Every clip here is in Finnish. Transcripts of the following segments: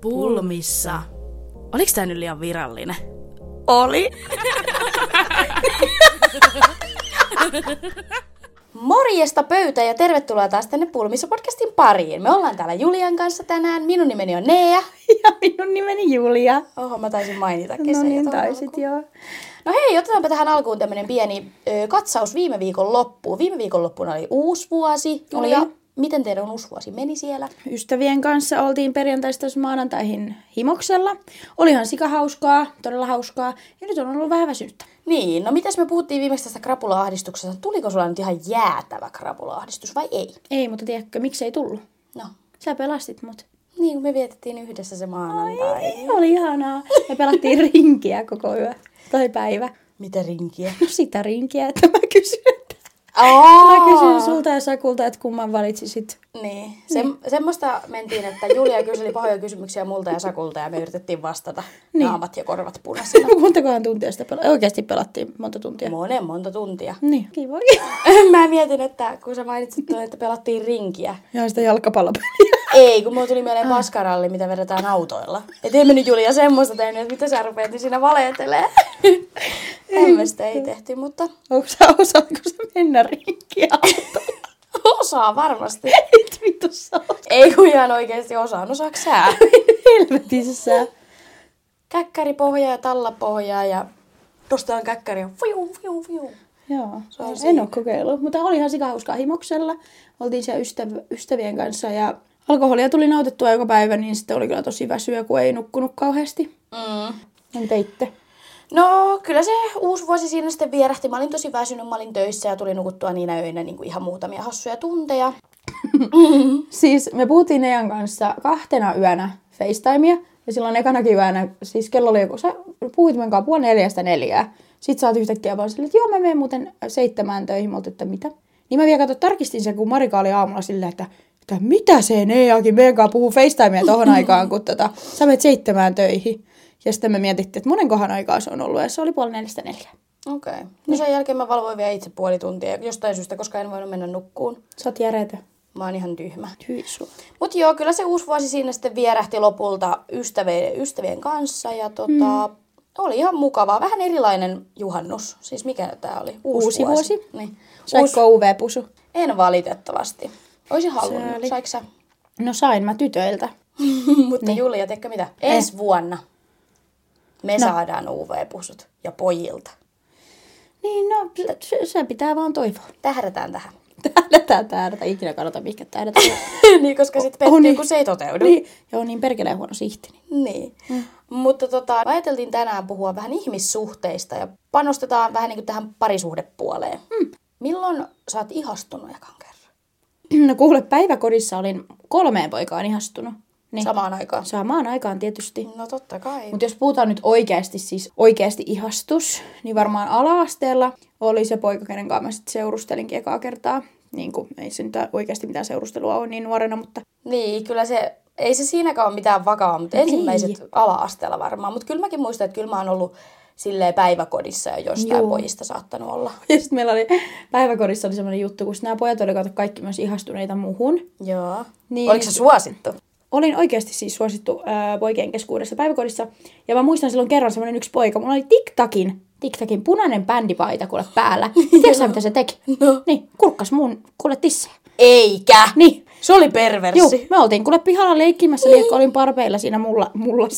Pulmissa. Oliks tää nyt liian virallinen? Oli. Morjesta pöytä ja tervetuloa taas tänne Pulmissa podcastin pariin. Me ollaan täällä Julian kanssa tänään. Minun nimeni on Nea. Ja minun nimeni Julia. Oho, mä taisin mainitakin No sen jo niin, tuohon taisit alkuun. joo. No hei, otetaanpa tähän alkuun tämmönen pieni ö, katsaus viime viikon loppuun. Viime viikon loppuna oli uusi vuosi. Oli. Oli. Ja miten teidän uusi vuosi meni siellä? Ystävien kanssa oltiin perjantaista tuossa maanantaihin himoksella. Olihan sika hauskaa, todella hauskaa. Ja nyt on ollut vähän väsynyttä. Niin, no mitäs me puhuttiin viimeksi tästä krapula-ahdistuksesta? Tuliko sulla nyt ihan jäätävä krapula-ahdistus vai ei? Ei, mutta tiedätkö, miksei tullut? No, Sä pelastit mut. niin kuin me vietettiin yhdessä se maanantai. Ai. Oli ihanaa. Me pelattiin rinkiä koko yö. Tai päivä. Mitä rinkiä? No sitä rinkiä, että mä kysyn, että... Mä Aa! kysyn sulta ja Sakulta, että kumman valitsisit. Niin. Sem- Semmoista mentiin, että Julia kyseli pahoja kysymyksiä multa ja Sakulta ja me yritettiin vastata niin. naamat ja korvat punaisina. No, Montakohan tuntia sitä pelattiin? Oikeasti pelattiin monta tuntia. Monen monta tuntia. Niin. Kiva. Mä mietin, että kun sä mainitsit tuon, että pelattiin rinkiä. Ja sitä jalkapallopeliä. Ei, kun mulla tuli mieleen paskaralli, mitä vedetään autoilla. Et emme nyt Julia semmoista tehnyt, että mitä sä rupeat, niin siinä valehtelee. Tämmöistä ei tehty, mutta Onko sä osaatko sä mennä rinkkiä autolla? osaa varmasti. Et vittu sä oot. Ei kun ihan oikeasti osaan, osaako sä? Helvetissä. Käkkäripohjaa ja tallapohjaa ja nostaan käkkäriä. Fiu, fiu, fiu. Joo, Se on en siinä. ole kokeillut, mutta olihan sika hauskaa himoksella. Oltiin siellä ystäv- ystävien kanssa ja alkoholia tuli nautettua joka päivä, niin sitten oli kyllä tosi väsyä, kun ei nukkunut kauheasti. Mm. En teitte. No kyllä se uusi vuosi siinä sitten vierähti. Mä olin tosi väsynyt, mä olin töissä ja tuli nukuttua niinä öinä niin kuin ihan muutamia hassuja tunteja. Siis me puhuttiin Nean kanssa kahtena yönä FaceTimea. Ja silloin ekanakin yönä, siis kello oli joku, sä puhuit meidän kanssa puoli neljästä neljää. Sitten sä oot yhtäkkiä vaan silleen, että joo mä menen muuten seitsemään töihin. Mä oltiin, että mitä? Niin mä vielä kato, tarkistin sen, kun Marika oli aamulla silleen, että, että mitä se Neakin meidän kanssa puhuu FaceTimea tohon aikaan, kun tota, sä menet seitsemään töihin. Ja sitten me mietittiin, että monenkohan aikaa se on ollut, ja se oli puoli neljästä neljää. Okei. Okay. No sen jälkeen mä valvoin vielä itse puoli tuntia jostain syystä, koska en voinut mennä nukkuun. Sä oot järetä. Mä oon ihan tyhmä. Hyi sua. Mut joo, kyllä se uusi vuosi siinä sitten vierähti lopulta ystävien, ystävien kanssa ja tota, mm. oli ihan mukavaa. Vähän erilainen juhannus. Siis mikä tää oli? Uusi vuosi. Niin. Uusi... Saiko UV-pusu? En valitettavasti. Oisin halunnut. oli- Saiko sä? No sain mä tytöiltä. Mutta niin. Julia, teekö mitä? Eh. Ensi vuonna me no. saadaan UV-pusut ja pojilta. Niin, no se, se pitää vaan toivoa. Tähdätään tähän. Tähdätään, tähdätä, ikinä kannata mihinkään tähdätä. niin, koska sitten O- on pettyy, niin. kun se ei toteudu. niin, joo, niin perkeleen huono sihti. niin. Niin. Mm. Mutta tota, ajateltiin tänään puhua vähän ihmissuhteista ja panostetaan vähän niin kuin tähän parisuhdepuoleen. Mm. Milloin sä oot ihastunut ekan kerran? No kuule, päiväkodissa olin kolmeen poikaan ihastunut. Niin. Niin, Samaan aikaan. samaan aikaan tietysti. No totta kai. Mutta jos puhutaan nyt oikeasti, siis oikeasti ihastus, niin varmaan ala-asteella oli se poika, kenen kanssa mä sitten seurustelinkin ekaa kertaa. Niin kuin ei se nyt oikeasti mitään seurustelua ole niin nuorena, mutta Niin, kyllä se, ei se siinäkään ole mitään vakaa, mutta ensimmäiset ala-asteella varmaan. Mutta kyllä mäkin muistan, että kyllä mä oon ollut silleen päiväkodissa ja jostain Joo. Joo. pojista saattanut olla. ja sitten meillä oli päiväkodissa oli semmoinen juttu, kun nämä pojat olivat kaikki myös ihastuneita muhun. Joo. Niin. Niin. Oliko se suosittu? olin oikeasti siis suosittu ää, poikien keskuudessa päiväkodissa. Ja mä muistan silloin kerran semmoinen yksi poika. Mulla oli TikTakin, TikTakin punainen bändipaita kuule päällä. Tiedätkö sä, mitä se teki? No. Niin, kurkkas mun kuule tissejä. Eikä! Niin. Se oli Juu, perversi. me oltiin kuule pihalla leikkimässä, niin olin parpeilla siinä mulla, mulla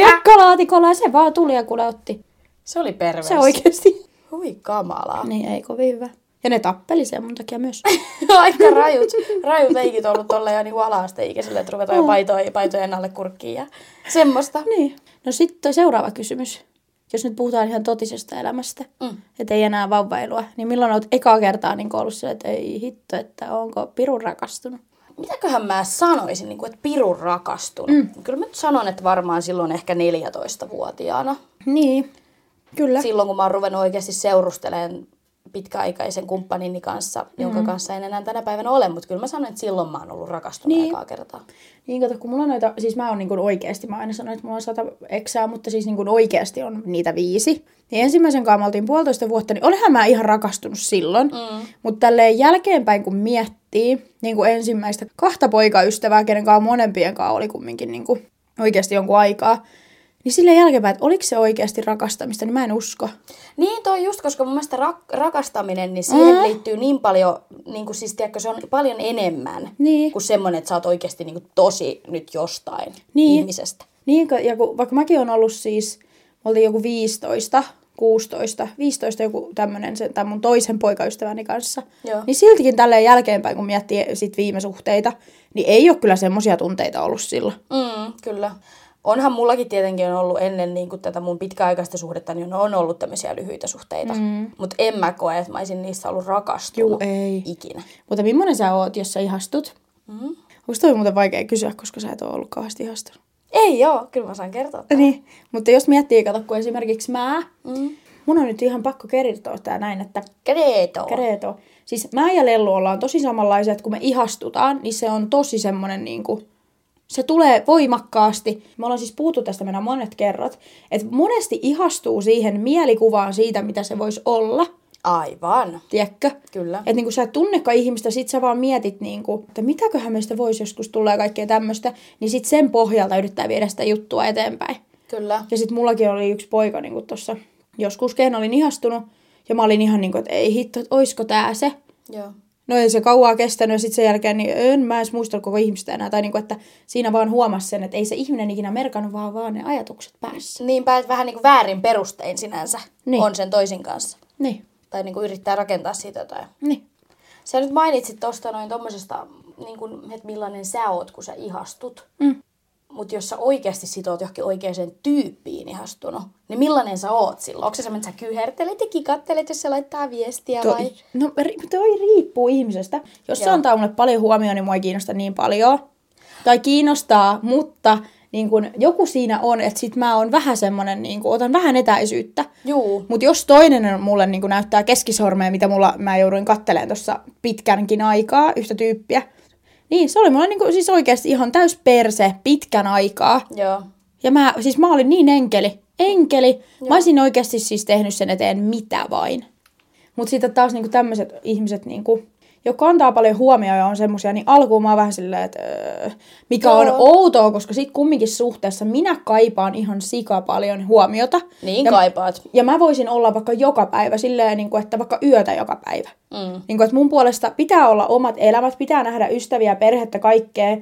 Jakkalaatikolla ja se vaan tuli ja kuule otti. Se oli perversi. Se oikeasti. Hui kamalaa. Niin, ei kovin hyvä. Ja ne tappeli sen mun takia myös. Aika rajut, rajut leikit on ollut tuolla jo niinku ala-asteikäisille, että ruvetaan jo paitoja, paitojen alle kurkkiin ja semmoista. Niin. No sitten seuraava kysymys. Jos nyt puhutaan ihan totisesta elämästä, Mm. mm. että ei enää vauvailua, niin milloin olet ekaa kertaa niin ollut sillä, että ei hitto, että onko pirun rakastunut? Mitäköhän mä sanoisin, niinku, että pirun rakastunut? Mm. Kyllä mä nyt sanon, että varmaan silloin ehkä 14-vuotiaana. Niin, kyllä. Silloin kun mä oon ruvennut oikeasti seurustelemaan pitkäaikaisen kumppanini kanssa, jonka kanssa en enää tänä päivänä ole, mutta kyllä mä sanon, että silloin mä oon ollut rakastunut niin. Niin. ekaa kertaa. Niin, kato, kun mulla on noita, siis mä oon niin oikeasti, mä aina sanon, että mulla on sata eksää, mutta siis niin oikeasti on niitä viisi. Niin ensimmäisen kanssa me oltiin puolitoista vuotta, niin olihan mä ihan rakastunut silloin. Mm. Mutta tälleen jälkeenpäin, kun miettii niin kuin ensimmäistä kahta poikaystävää, kenen kanssa monempien kanssa oli kumminkin niin kuin oikeasti jonkun aikaa, niin silleen jälkeenpäin, että oliko se oikeasti rakastamista, niin mä en usko. Niin toi just, koska mun mielestä rak- rakastaminen, niin siihen mm. Äh. liittyy niin paljon, niin kuin siis tiedätkö, se on paljon enemmän Niin. kuin semmoinen, että sä oot oikeasti niin kuin tosi nyt jostain Niin. ihmisestä. Niin, kun- ja kun, vaikka mäkin on ollut siis, me oltiin joku 15, 16, 15 joku tämmönen sen, tämän mun toisen poikaystäväni kanssa. Joo. Niin siltikin tälleen jälkeenpäin, kun miettii sit viime suhteita, niin ei ole kyllä semmoisia tunteita ollut sillä. Mm, kyllä. Onhan mullakin tietenkin on ollut ennen niin kuin tätä mun pitkäaikaista suhdetta, niin on ollut tämmöisiä lyhyitä suhteita. Mm. Mutta en mä koe, että mä olisin niissä ollut rakastunut Juu, ei. ikinä. Mutta millainen sä oot, jos sä ihastut? Mm. Onko toi muuten vaikea kysyä, koska sä et ole ollut kauheasti ihastunut? Ei joo, kyllä mä saan kertoa. tämän. Niin, mutta jos miettii, kato, kun esimerkiksi mä, Mm. mun on nyt ihan pakko kertoa tää näin, että Kreeto. Kreeto. Siis mä ja Lellu ollaan tosi samanlaisia, että kun me ihastutaan, niin se on tosi semmoinen niinku, se tulee voimakkaasti. Me ollaan siis puhuttu tästä meidän monet kerrat, että monesti ihastuu siihen mielikuvaan siitä, mitä se voisi olla, Aivan, tiedätkö? kyllä. Että niinku sä et tunnekaan ihmistä, sit sä vaan mietit, niinku, että mitäköhän meistä voisi joskus tulla ja kaikkea tämmöistä, niin sit sen pohjalta yrittää viedä sitä juttua eteenpäin. Kyllä. Ja sitten mullakin oli yksi poika niin tuossa joskus, kehen olin ihastunut. Ja mä olin ihan niin kuin, että ei hitto, että oisko tää se. Joo. No ei se kauaa kestänyt ja sitten sen jälkeen niin en mä edes muistellut koko ihmistä enää. Tai niin kuin, että siinä vaan huomasi sen, että ei se ihminen ikinä merkannut, vaan vaan ne ajatukset päässä. Niinpä, että vähän niin kuin väärin perustein sinänsä niin. Niin. on sen toisin kanssa. Niin, Tai niin kuin yrittää rakentaa siitä jotain. niin. Sä nyt mainitsit tuosta noin tommosesta, niin kuin, että millainen sä oot, kun sä ihastut. Mm. Mutta jos sä oikeasti sitoot johonkin oikeaan tyyppiin ihastunut, niin millainen sä oot silloin? Onko se semmoinen, että sä kyhertelet ja kikattelet, jos se laittaa viestiä Toi. vai? Toi, no ri- toi riippuu ihmisestä. Jos se Joo. antaa mulle paljon huomioon, niin mua ei kiinnosta niin paljon. Tai kiinnostaa, mutta niin kun joku siinä on, että sit mä oon vähän semmonen, niin kun, otan vähän etäisyyttä. Juu. Mutta jos toinen on mulle niin näyttää keskisormea, mitä mulla, mä jouduin katteleen tuossa pitkänkin aikaa, yhtä tyyppiä, niin se oli mulle niin siis oikeasti ihan täys perse pitkän aikaa. Joo. Ja mä, siis mä olin niin enkeli, enkeli. Joo. Mä olisin oikeasti siis tehnyt sen eteen mitä vain. Mutta sitten taas niinku tämmöiset ihmiset, niinku, jotka antaa paljon huomioon ja on semmoisia, niin alkuun mä oon vähän silleen, että öö, mikä Joo. on Joo. outoa, koska sit kumminkin suhteessa minä kaipaan ihan sika paljon huomiota. Niin ja kaipaat. ja mä voisin olla vaikka joka päivä silleen, niin kuin, että vaikka yötä joka päivä. Mm. Niin kuin, että mun puolesta pitää olla omat elämät, pitää nähdä ystäviä, perhettä, kaikkea.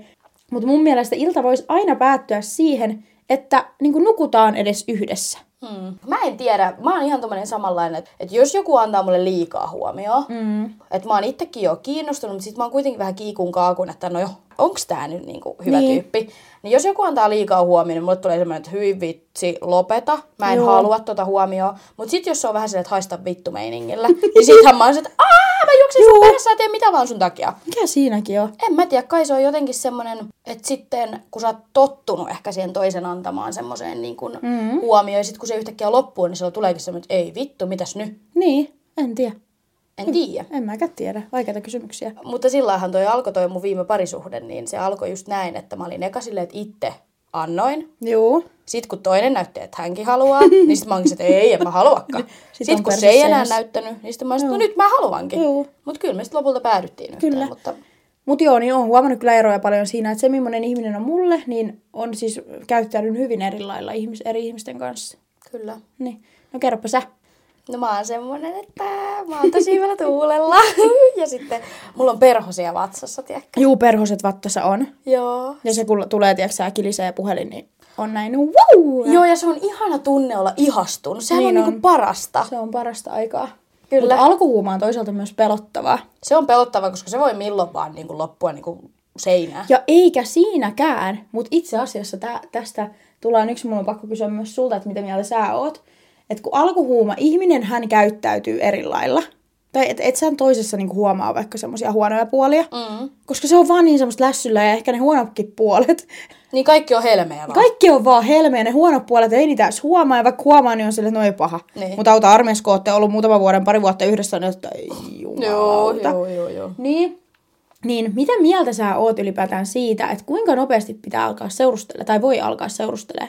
Mutta mun mielestä ilta voisi aina päättyä siihen, että niin kuin nukutaan edes yhdessä. Mm. Mä en tiedä, mä oon ihan tommonen samanlainen, että, että jos joku antaa mulle liikaa huomioon, Hmm. mm. että mä oon itsekin jo kiinnostunut, mutta sit mä oon kuitenkin vähän kiikun kaakun, että no jo, onks tää nyt niinku hyvä Niin. niin. tyyppi? Niin jos joku antaa liikaa huomioon, niin mulle tulee semmoinen, että hyi vitsi, lopeta, mä en Joo. Joo. halua tota huomioon. Mutta sit jos se on vähän silleen, että haista vittu meiningillä, niin sittenhän mä oon se, että aah, mä juoksen sun perässä ja teen mitä vaan sun takia. Mikä siinäkin on? En mä tiedä, kai se on jotenkin semmoinen, että sitten kun sä oot tottunut ehkä siihen toisen antamaan semmoiseen niin kuin mm-hmm. huomioon, ja sitten kun se yhtäkkiä loppuu, niin silloin tuleekin semmoinen, että ei vittu, mitäs nyt? Niin, en tiedä. En tiedä. En mäkään tiedä. Vaikeita kysymyksiä. Mutta sillähän toi alkoi toi mun viime parisuhde, niin se alkoi just näin, että mä olin eka silleen, että itse annoin. Joo. Sitten kun toinen näytti, että hänkin haluaa, niin sitten mä oonkin, se, että ei, en mä haluakaan. Sit Sitten, on sitten kun se ei persis enää seinässä. näyttänyt, niin sitten mä olisin, no nyt mä haluankin. Joo. Mutta kyllä me sitten lopulta päädyttiin yhteen, Kyllä. mutta Mutta joo, niin on huomannut kyllä eroja paljon siinä, että se millainen ihminen on mulle, niin on siis käyttäytynyt hyvin eri lailla ihmis- eri ihmisten kanssa. kyllä. Niin. No kerropa sä. No mä oon semmonen, että mä oon tosi hyvällä tuulella. ja sitten mulla on perhosia vatsassa, tiedätkö? Juu, perhoset vattassa on. Joo. Ja se kun tulee, tiedätkö sä, kilisee puhelin, niin on näin, wow! Joo, ja se on ihana tunne olla ihastunut. Sehän Niin niin on, on. on. Niinku parasta. Se on parasta aikaa. Kyllä. Mutta alkuhuuma on toisaalta myös pelottavaa. Se on pelottava, koska se voi milloin vaan niinku loppua niinku seinään. Ja eikä siinäkään, mutta itse asiassa tä, tästä tullaan yksi, mulla on pakko kysyä myös sulta, että mitä mieltä sä oot. Että kun alkuhuuma, ihminen hän käyttäytyy eri lailla. tai et, et sä toisessa niinku huomaa vaikka semmoisia huonoja puolia, mm. koska se on vaan niin semmoista lässyllä ja ehkä ne huonotkin puolet. Niin kaikki on helmeä vaan. Kaikki on vaan helmeä, ne huonot puolet ei niitä edes huomaa, ja vaikka huomaa, niin on sille, että no ei paha. Niin. Mutta auta armeijassa, kun ootte ollut muutama vuoden, pari vuotta yhdessä, niin että ei jumalauta. Joo, joo, joo, joo. Niin. Niin, mitä mieltä sä oot ylipäätään siitä, että kuinka nopeasti pitää alkaa seurustella tai voi alkaa seurustella?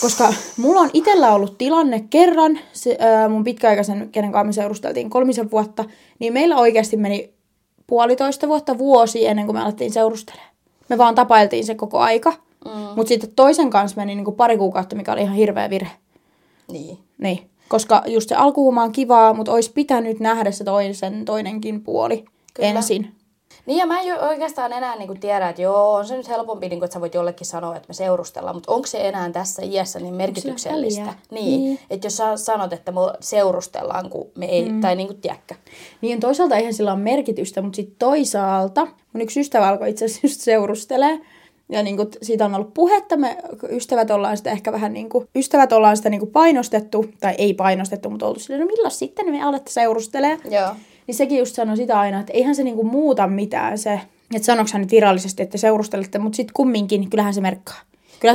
Koska mulla on itellä ollut tilanne kerran, se, ää, mun pitkäaikaisen, kenen kanssa me seurusteltiin kolmisen vuotta, niin meillä oikeasti meni puolitoista vuotta vuosi ennen kuin me alettiin seurustelemaan. Me vaan tapailtiin se koko aika, mm. mutta sitten toisen kanssa meni niinku pari kuukautta, mikä oli ihan hirveä virhe. Niin. Niin, koska just se alkuhuuma on kivaa, mutta olisi pitänyt nähdä se toisen, toinenkin puoli Kyllä. ensin. Niin ja mä en ju- oikeastaan enää niinku tiedä, että joo, on se nyt helpompi, niinku, että sä voit jollekin sanoa, että me seurustellaan, mutta onko se enää tässä iässä niin merkityksellistä? väliä? Niin, Niin. niin. että jos sä sanot, että me seurustellaan, kun me ei, mm. tai niinku tiedäkö. Niin toisaalta eihän sillä ole merkitystä, mutta sitten toisaalta mun yksi ystävä alkoi itse asiassa just seurustelee. Ja niin kuin siitä on ollut puhetta, me ystävät ollaan sitä ehkä vähän niin kuin, ystävät ollaan sitä niin kuin painostettu, tai ei painostettu, mutta oltu silleen, no milloin sitten me alatte seurustelee. Joo. Niin sekin just sanoi sitä aina, että eihän se niinku muuta mitään se, että sanoksa nyt virallisesti, että seurustelette, mutta sitten kumminkin, niin kyllähän se merkkaa. Kyllä,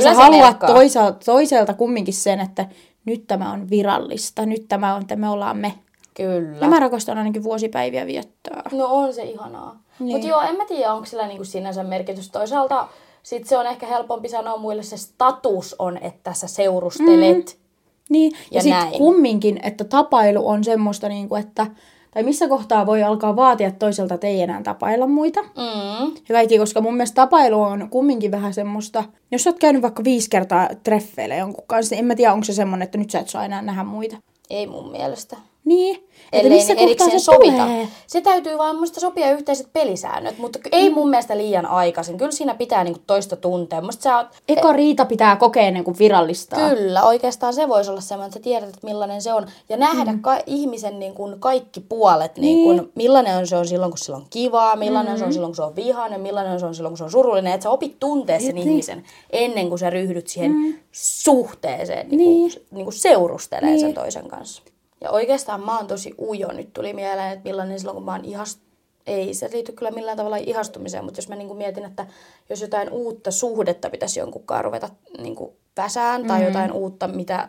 Kyllä sä se haluat merkkaa. toisaalta, toiselta kumminkin sen, että nyt tämä on virallista, nyt tämä on, että me ollaan me. Kyllä. Ja mä rakastan ainakin vuosipäiviä viettää. No on se ihanaa. Niin. Mutta joo, en mä tiedä, onko sillä niinku sinänsä merkitys. Toisaalta sit se on ehkä helpompi sanoa muille, se status on, että sä seurustelet. Mm. Niin, ja, ja Ja sitten näin. kumminkin, että tapailu on semmoista, niin kuin, että, tai missä kohtaa voi alkaa vaatia toiselta, että ei enää tapailla muita. Mm. Ja kaikki, koska mun mielestä tapailu on kumminkin vähän semmoista, jos sä oot käynyt vaikka viisi kertaa treffeillä jonkun kanssa, niin en mä tiedä, onko se semmoinen, että nyt sä et saa enää nähdä muita. Ei mun mielestä. Niin, että Ellei missä ne kohtaa se erikseen sovita. tulee. Se täytyy vaan musta sopia yhteiset pelisäännöt, mutta ky- ei mun mielestä liian aikaisin. Kyllä siinä pitää niinku toista tuntea. Musta sä oot, Eka riita pitää kokea ennen kuin virallistaa. E- kyllä, oikeastaan se voisi olla semmoinen, että sä tiedät, että millainen se on. Ja nähdä mm. ka- ihmisen niin kuin kaikki puolet, niin. Niin kuin, millainen on se on silloin, kun sillä on kivaa, millainen mm. se on silloin, kun se on vihainen, millainen se on silloin, kun se on surullinen. Että sä opit tuntee sen niin. ihmisen ennen kuin sä ryhdyt siihen mm. suhteeseen, niin, niin. Kuin, niin kuin seurustelee niin. sen toisen kanssa. Ja oikeastaan mä oon tosi ujo. Nyt tuli mieleen, että millainen silloin, kun mä oon ihastunut. Ei se liity kyllä millään tavalla ihastumiseen, mutta jos mä niinku mietin, että jos jotain uutta suhdetta pitäisi jonkunkaan ruveta niinku väsään tai mm. jotain uutta, mitä...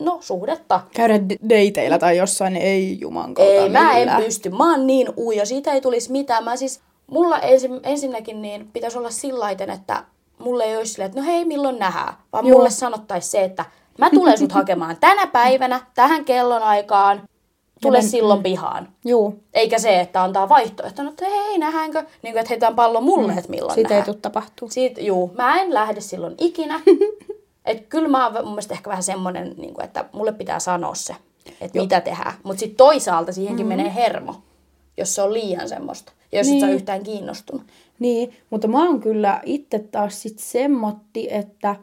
No, suhdetta. Käydä de- dateilla tai jossain, niin ei juman kautta Ei, mä en millään. pysty. Mä oon niin uja, siitä ei tulisi mitään. Mä siis, mulla ensi, ensinnäkin niin pitäisi olla sillaiten, että mulle ei olisi silleen, että no hei, milloin nähdään. Vaan Joo. mulle sanottaisi se, että mä tulen sut hakemaan tänä päivänä, tähän kellonaikaan, tule silloin pihaan. Juu, Eikä se, että antaa vaihtoehtona, että hei, nähdäänkö, niin kuin, että heitään pallon mulle, että milloin siitä ei nähdään. tule tapahtuu. Siitä, juu, mä en lähde silloin ikinä. Et kyllä mä oon mun mielestä ehkä vähän semmoinen, niin kuin, että mulle pitää sanoa se, että mitä tehdään. Mutta sitten toisaalta siihenkin mm-hmm. menee hermo, jos se on liian semmoista. Ja jos niin. et sä ole yhtään kiinnostunut. Niin, mutta mä oon kyllä itse taas sit semmotti, että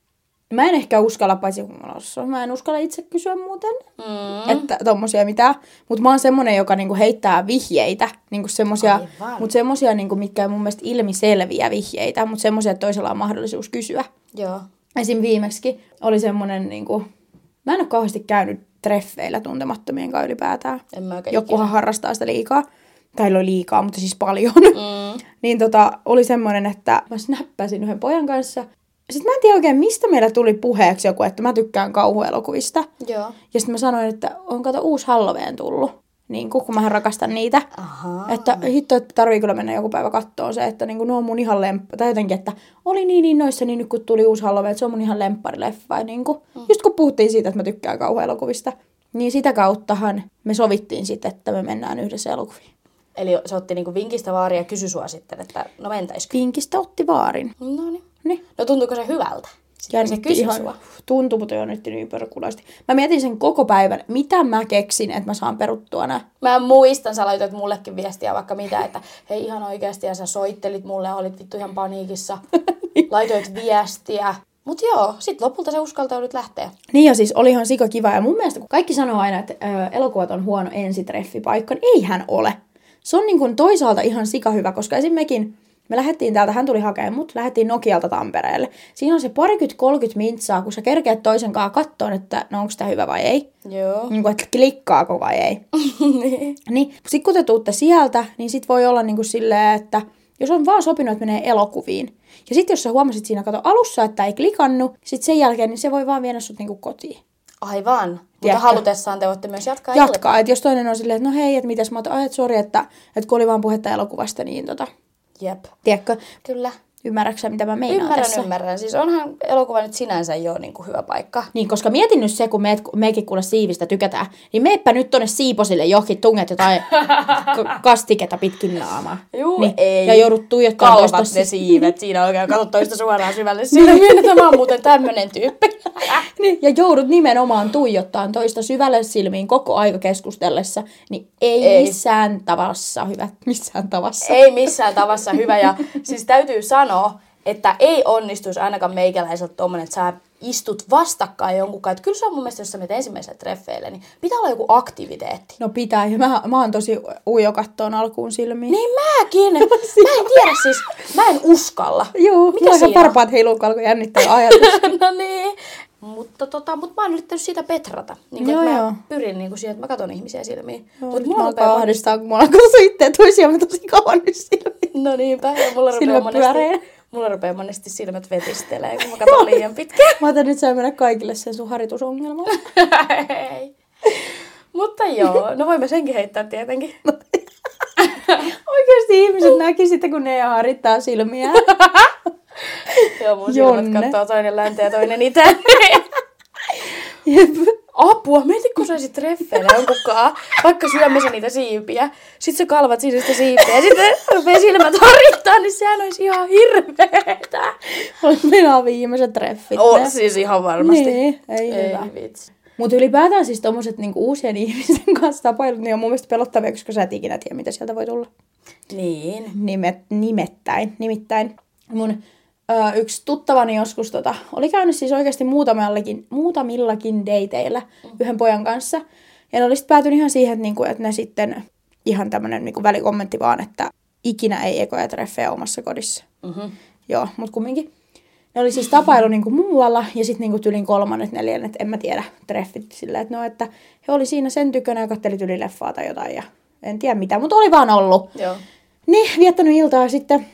mä en ehkä uskalla, paitsi kun mä oon mä en uskalla itse kysyä muuten, mm. että tommosia mitään. Mutta mä oon semmonen, joka niinku heittää vihjeitä, niinku semmosia, Aivan. mutta semmosia, niinku, mitkä ei mun mielestä ilmiselviä vihjeitä, mutta semmosia, että toisella on mahdollisuus kysyä. Joo. Esim. viimeksi oli semmonen, niinku, mä en ole kauheasti käynyt treffeillä tuntemattomien kanssa ylipäätään. En mä oikein Jokuhan harrastaa sitä liikaa. Tai ei ole liikaa, mutta siis paljon. Mm. niin tota, oli semmoinen, että mä snappasin yhden pojan kanssa. Sitten mä en tiedä oikein, mistä meillä tuli puheeksi joku, että mä tykkään kauhuelokuvista. Joo. Ja sitten mä sanoin, että on kato uusi Halloween tullut. Niin kun, kun mähän rakastan niitä. Ahaa. Että hitto, että tarvii kyllä mennä joku päivä kattoon se, että niinku, ne on mun ihan lemppa. Tai jotenkin, että oli niin innoissa, niin nyt kun tuli uusi Halloween, että se on mun ihan lempparileffa. Niinku, mm. Just kun puhuttiin siitä, että mä tykkään kauhuelokuvista. Niin sitä kauttahan me sovittiin sitten, että me mennään yhdessä elokuviin. Eli se otti niinku vinkistä vaaria ja kysyi sua sitten, että no mentäisikö? Pinkistä otti vaarin. No niin. Niin. No tuntuuko se hyvältä? Sitten se Jännitti kysyi ihan, sua. tuntui, mutta jännitti niin perkulasti. Mä mietin sen koko päivän, mitä mä keksin, että mä saan peruttua nää. Mä muistan, sä laitoit mullekin viestiä vaikka mitä, että hei ihan oikeasti ja sä soittelit mulle ja olit vittu ihan paniikissa. Laitoit viestiä. Mut joo, sit lopulta sä uskaltaudut lähteä. Niin ja siis olihan sika kiva. Ja mun mielestä kun kaikki sanoo aina, että ö, elokuvat on huono ensitreffipaikka, niin eihän ole. Se on niin kuin toisaalta ihan sika hyvä, koska esim. mekin, Me lähdettiin täältä, hän tuli hakemaan mut, lähdettiin Nokialta Tampereelle. Siinä on se parikymmentä-kolmikymmentä mintsaa, kun sä kerkeät toisen kanssa kattoon, että no onko tämä hyvä vai ei. Joo. Niin kuin, että klikkaako vai ei. niin. Niin, sit kun te tuutte sieltä, niin sit voi olla niinku silleen, että jos on vaan sopinut, että menee elokuviin. Ja sitten jos sä huomasit siinä kato alussa, että ei klikannut, sit sen jälkeen, niin se voi vaan viedä sut niinku kotiin. Aivan. Mutta Tiedätkö? halutessaan te voitte myös jatkaa iltaa. Jatkaa, että jos toinen on silleen, että no hei, että mitäs mä oot, ai, että sori, että, että kun oli vaan puhetta elokuvasta, niin tota, Jep. tiedätkö, Kyllä. ymmärrätkö sä, mitä mä meinaan Ymmärrän, tässä? ymmärrän. Siis onhan elokuva nyt sinänsä jo niin kuin hyvä paikka. Niin, koska mietin nyt se, kun meet, meikin kuule siivistä tykätään, niin meepä nyt tonne siiposille johonkin tunget jotain k- kastiketta pitkin naamaa. Juu, niin. ei. Ja joudut tuijottaa Kalvat toista ne siivet siinä oikein. Kato toista suoraan syvälle silmiin. Niin, Tämä on muuten tämmöinen tyyppi. Niin, ja joudut nimenomaan tuijottaan toista syvälle silmiin koko aika keskustellessa, niin Ei. ei, ei. missään tavassa, hyvät, missään tavassa. Ei missään tavassa hyvä. Ja siis täytyy sanoa, että ei onnistuisi ainakaan meikäläiseltä tommonen, että sä istut vastakkain jonkun kanssa. Että Kyllä se on mun mielestä, jos sä menet ensimmäiselle treffeille, niin pitää olla joku aktiviteetti. No pitää, ja mä, mä oon tosi ujo kattoon alkuun silmiin. Niin mäkin. Mä en tiedä siis, mä en uskalla. Joo, Mikä mulla siinä Niin. on? parpaat heiluu, kun alkoi jännittää ajatus. no niin. Mutta tota, mut mä oon yrittänyt siitä petrata. Niin Joo, kuin, että joo. mä pyrin niin kuin siihen, että mä katon ihmisiä silmiin. Mutta Mut mulla rupeaa alkaa ahdistaa, kun mulla alkaa itseä toisiamme tosi kauan nyt silmiin. No niinpä, ja mulla rupeaa Silmät pyöreä. monesti, mulla rupeaa monesti silmät vetistelee, kun mä katson liian pitkään. Mä ajattelin, että sä mennä kaikille sen sun harjoitusongelman. Ei. Mutta joo, no voimme senkin heittää tietenkin. Oikeasti ihmiset näki sitä, kun ne haarittaa silmiä. Joo, mun silmät Jonne. katsoo toinen länteen ja toinen itään. Jep. Apua, mieti kun saisit treffeillä jonkunkaan, vaikka syömässä niitä siipiä. Sitten sä kalvat siinä sitä siipiä ja sitten rupeaa silmät harjoittaa, niin sehän olisi ihan hirveetä. Meillä on viimeiset treffit. On ne. siis ihan varmasti. Niin, ei, Ei hyvä. vitsi. Mutta ylipäätään siis tommoset niinku uusien ihmisten kanssa tapailut, niin on mun mielestä pelottavia, koska sä et ikinä tiedä, mitä sieltä voi tulla. Niin. Nimet, nimettäin, nimittäin. Mun ö, yksi tuttavani joskus tota, oli käynyt siis oikeasti muutamallakin, muutamillakin dateilla yhden pojan kanssa. Ja ne oli sitten päätynyt ihan siihen, että, niinku, että ne sitten ihan tämmönen niinku välikommentti vaan, että ikinä ei ekoja treffejä omassa kodissa. Mhm. Joo, mutta kumminkin. Ne oli siis tapailu niinku muualla ja sitten niinku tylin kolmannet, neljännet, en mä tiedä, treffit sillä, että no, että he oli siinä sen tykönä ja katteli tyli leffaa tai jotain ja en tiedä mitä, mutta oli vaan ollut. Joo. Niin, viettänyt iltaa ja sitten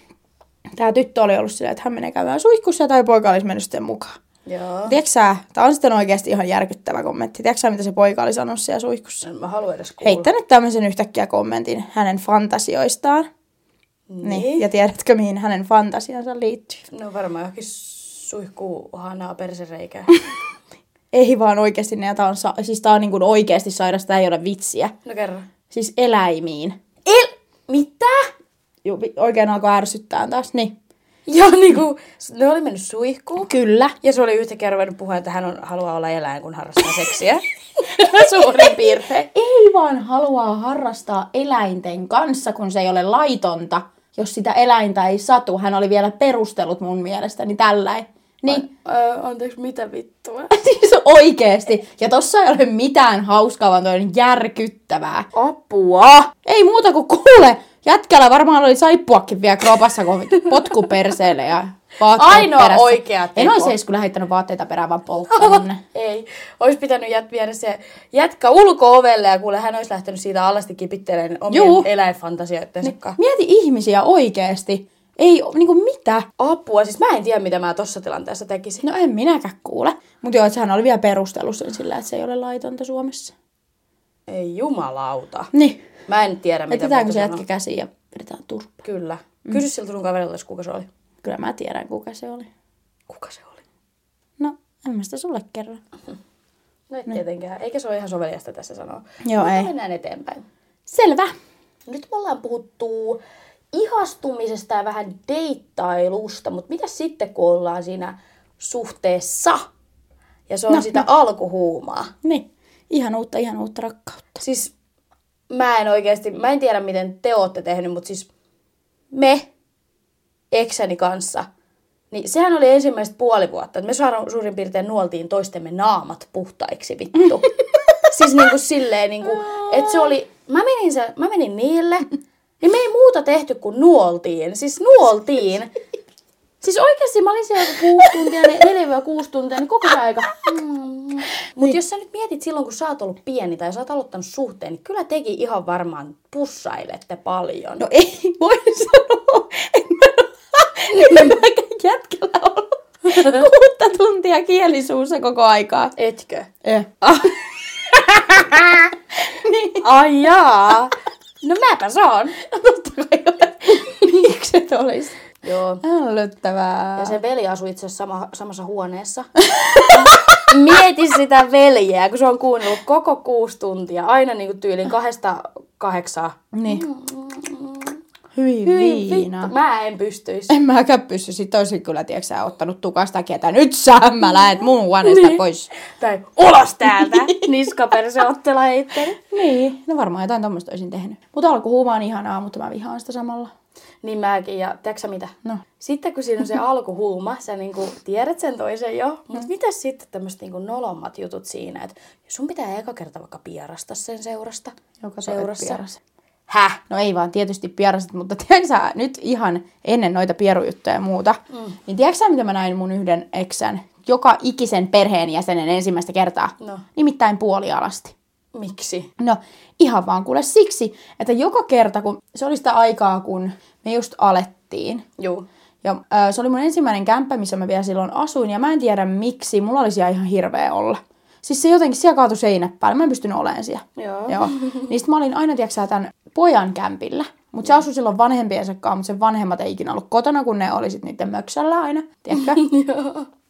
tämä tyttö oli ollut silleen, että hän menee käymään suihkussa tai poika olisi mennyt sitten mukaan. Joo. Tiedätkö sä, tämä on sitten oikeasti ihan järkyttävä kommentti. Tiedätkö sä, mitä se poika oli sanonut siellä suihkussa? En mä halua edes kuulla. Heittänyt tämmöisen yhtäkkiä kommentin hänen fantasioistaan. Niin. niin. Ja tiedätkö, mihin hänen fantasiansa liittyy? No varmaan johonkin suihkuu hanaa persereikää. Ei vaan oikeasti, ne, tää on, sa- siis tää on niin kuin oikeasti sairas, tää ei ole vitsiä. No kerro. Siis eläimiin. El... Mitä? Ju, vi- oikein alkoi ärsyttää taas, niin. Joo, niinku, ne oli mennyt suihkuun. Kyllä. Ja se oli yhtäkkiä ruvennut puhua, että hän on, haluaa olla eläin, kun harrastaa seksiä. Suurin piirtein. Ei vaan haluaa harrastaa eläinten kanssa, kun se ei ole laitonta. Jos sitä eläintä ei satu, hän oli vielä perustellut mun mielestäni tälläin. Niin, Öö, anteeksi, mitä vittua? siis oikeesti. Ja tossa ei ole mitään hauskaa, vaan toi on järkyttävää. Apua! Ei muuta kuin kuule! Jätkällä varmaan oli saippuakin vielä kropassa, kun potku perseelle ja vaatteet Ainoa perässä. oikea En teko. olisi edes kyllä heittänyt vaatteita perään, vaan polttanut ne. Ei. Olisi pitänyt jät- viedä se jätkä ulko-ovelle ja kuule, hän olisi lähtenyt siitä alasti kipittelemään omien Juu. eläinfantasioittensa kanssa. Mieti ihmisiä oikeesti. Ei oo- niinku mitä. Apua, siis mä en tiedä, mitä mä tossa tilanteessa tekisin. No en minäkään kuule. Mutta joo, että sehän oli vielä perustellut sen sillä, että se ei ole laitonta Suomessa. Ei jumalauta. Niin. Mä en tiedä, mitä Jätetäänkö muuta se sanoa. jätkä käsiin ja pidetään turpa. Kyllä. Kysy siltä sun kaverilta, kuka se oli. Kyllä mä tiedän, kuka se oli. Kuka se oli? No, en mä sitä sulle kerro. No et tietenkään. Eikä se ole ihan soveliasta tässä sanoa. Joo, Mutta ei. Mennään eteenpäin. Selvä. Nyt me ollaan puhuttu ihastumisesta ja vähän deittailusta, mutta mitä sitten, kun ollaan siinä suhteessa? Ja se on no, sitä alkuhuumaa. Niin. Ihan uutta, ihan uutta rakkautta. Siis mä en oikeasti, mä en tiedä miten te ootte tehnyt, mutta siis me eksäni kanssa, niin sehän oli ensimmäistä puoli vuotta, että me saara- suurin piirtein nuoltiin toistemme naamat puhtaiksi vittu. siis niinku silleen niinku, että se oli, mä menin, se, mä menin niille, Niin me ei muuta tehty kuin nuoltiin. Siis nuoltiin. Siis oikeasti mä olin siellä joku kuusi tuntia, niin neljä vai kuusi tuntia, niin koko se aika. Mutta niin. jos sä nyt mietit silloin, kun sä oot ollut pieni tai sä oot aloittanut suhteen, niin kyllä teki ihan varmaan pussailette paljon. No ei voi sanoa. En mä, en mäkään jätkellä ollut kuutta tuntia kielisuussa koko aikaa. Etkö? Eh. Ai jaa. No mäpä saan. Totta kai olet. Miksi et olisi? Joo. Ällöttävää. Ja se veli asui itse asiassa sama, samassa huoneessa. Mieti sitä veljeä, kun se on kuunnellut koko kuusi tuntia, aina niin kuin tyylin kahdesta kahdeksaan. Niin. Hyi Hyi viina. vittu, Mä en pystyisi. En mäkään pysty. Sitten olisin kyllä, tiedätkö sä, ottanut tukastakin, että nyt sä mä lähet mun huoneesta Niin. pois. Tai ulos täältä, niskaperse ottela heitteli. Niin, no varmaan jotain tommoista olisin tehnyt. Mutta alkuhuuma on ihanaa, mutta mä vihaan sitä samalla. Niin mäkin, ja tiedätkö sä mitä? No. Sitten kun siinä on se alkuhuuma, sä niinku tiedät sen toisen jo, mutta Mm. mitä sitten tämmöiset niinku nolommat jutut siinä, että sun pitää eka kerta vaikka pierasta sen seurasta. Joka Seurassa. No, Pieras. Häh? No ei vaan tietysti pieraset, mutta tiedätkö sä, nyt ihan ennen noita pierujuttuja ja muuta, mm. niin tiedätkö sä, mitä mä näin mun yhden eksän, joka ikisen perheenjäsenen ensimmäistä kertaa? No. Nimittäin puolialasti. Miksi? No ihan vaan kuule siksi, että joka kerta, kun se oli sitä aikaa, kun me just alettiin, Juu. ja ö, se oli mun ensimmäinen kämppä, missä mä vielä silloin asuin, ja mä en tiedä miksi, mulla oli siellä ihan hirveä olla. Siis se jotenkin, siellä kaatui seinä päälle, mä en pystynyt olemaan siellä. Joo. Joo. Niin sit mä olin aina, tiedätkö sä, tämän pojan kämpillä. Mutta se asui silloin vanhempiensa kanssa, mutta sen vanhemmat ei ikinä ollut kotona, kun ne oli sit niiden möksällä aina, tiedätkö?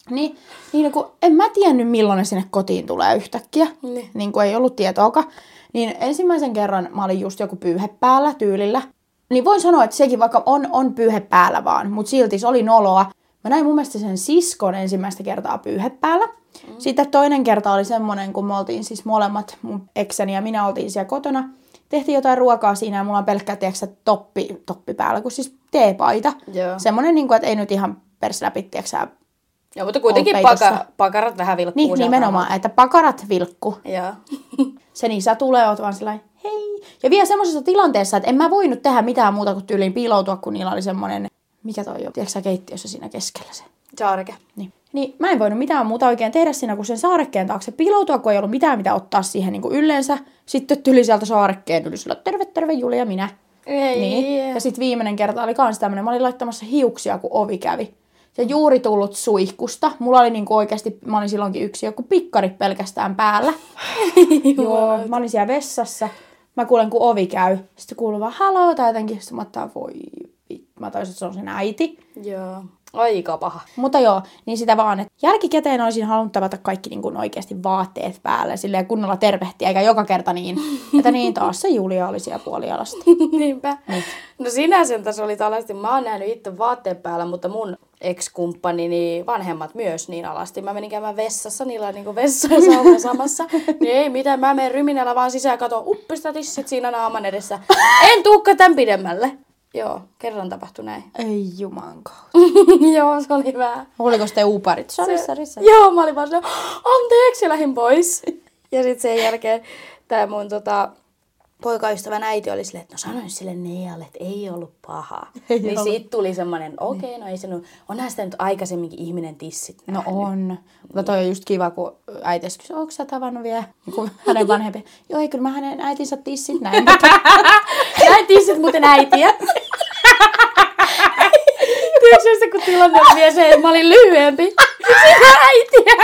Niin, niin kun en mä tiennyt, milloin ne sinne kotiin tulee yhtäkkiä. Niin. Niin kun ei ollut tietoakaan. Niin ensimmäisen kerran mä olin just joku pyyhe päällä tyylillä. Niin voin sanoa, että sekin vaikka on, on pyyhe päällä vaan, mutta silti se oli noloa. Mä näin mun mielestä sen siskon ensimmäistä kertaa pyyhe päällä. Mm. Sitten toinen kerta oli semmoinen, kun me oltiin siis molemmat, mun ekseni ja minä oltiin siellä kotona. Tehtiin jotain ruokaa siinä ja mulla on pelkkä, tiedätkö, toppi, toppi päällä, kun siis teepaita. Joo. Semmoinen, niin kuin, että ei nyt ihan persläpi, tiedätkö sä, Joo, mutta kuitenkin On peitossa. paka, pakarat vähän vilkkuu. niin, sieltä nimenomaan, että pakarat vilkku. aina. Joo. Sen isä tulee, oot vaan sillä hei. Ja vielä semmoisessa tilanteessa, että en mä voinut tehdä mitään muuta kuin tyyliin piiloutua, kun niillä oli semmoinen, mikä toi on, tiedätkö sä, keittiössä siinä keskellä se. Saareke. Niin. niin mä en voinut mitään muuta oikein tehdä siinä kuin sen saarekkeen taakse piiloutua, kun ei ollut mitään mitä ottaa siihen niin kuin yllensä. Sitten tyli sieltä saarekkeen yli sillä, terve, terve Julia, minä. Ei. Niin. Ja sitten viimeinen kerta oli kans tämmönen, mä olin laittamassa hiuksia, kun ovi kävi. Ja juuri tullut suihkusta. Mulla oli niinku oikeasti, mä olin silloinkin yksi joku pikkari pelkästään päällä. Joo, mä olin siellä vessassa. Mä kuulen, kun ovi käy. Sitten kuuluu vaan haloo tai jotenkin. Sitten mä ottaa, voi vit- Mä taisin, että se on sen äiti. Joo. Aika paha. Mutta joo, niin sitä vaan, että jälkikäteen olisin halunnut tavata kaikki niin kuin oikeasti vaatteet päälle, silleen kunnolla tervehtiä, eikä joka kerta niin, että niin taas se Julia oli siellä puolialasta. Niinpä. Niin. No sinä sentään se oli alasti. Mä oon nähnyt itse vaatteen päällä, mutta mun ex-kumppanini vanhemmat myös niin alasti. Mä menin käymään vessassa, niillä on niinku vessa ja sauna samassa. Niin ei mitään, mä menen ryminällä vaan sisään ja katon uppista tissit siinä naaman edessä. En tuukka tämän pidemmälle. Joo, kerran tapahtui näin. Ei juman kautta. Joo, se oli vähän. Oliko te uuparit? Sorry, Se- sorry, sorry. Joo, mä olin vaan silleen, "Oh, anteeksi, ja lähdin pois. Ja sitten sen jälkeen tämä mun tota, poikaystävän äiti oli silleen, että no sanoin sille Nealle, että ei ollut paha. Ei niin ollut. siitä tuli semmoinen, okei, okay, no ei se nyt, onhan sitä nyt aikaisemminkin ihminen tissit. No on. Mutta toi on just kiva, kun äiti kysyy, onko sä tavannut vielä kun hänen vanhempi? Joo, ei kyllä mä hänen äitinsä tissit näin. Mutta Näin tissit muuten äitiä. Tiedätkö se, kun tilanne on vielä se, että mä olin lyhyempi. Sitä äitiä.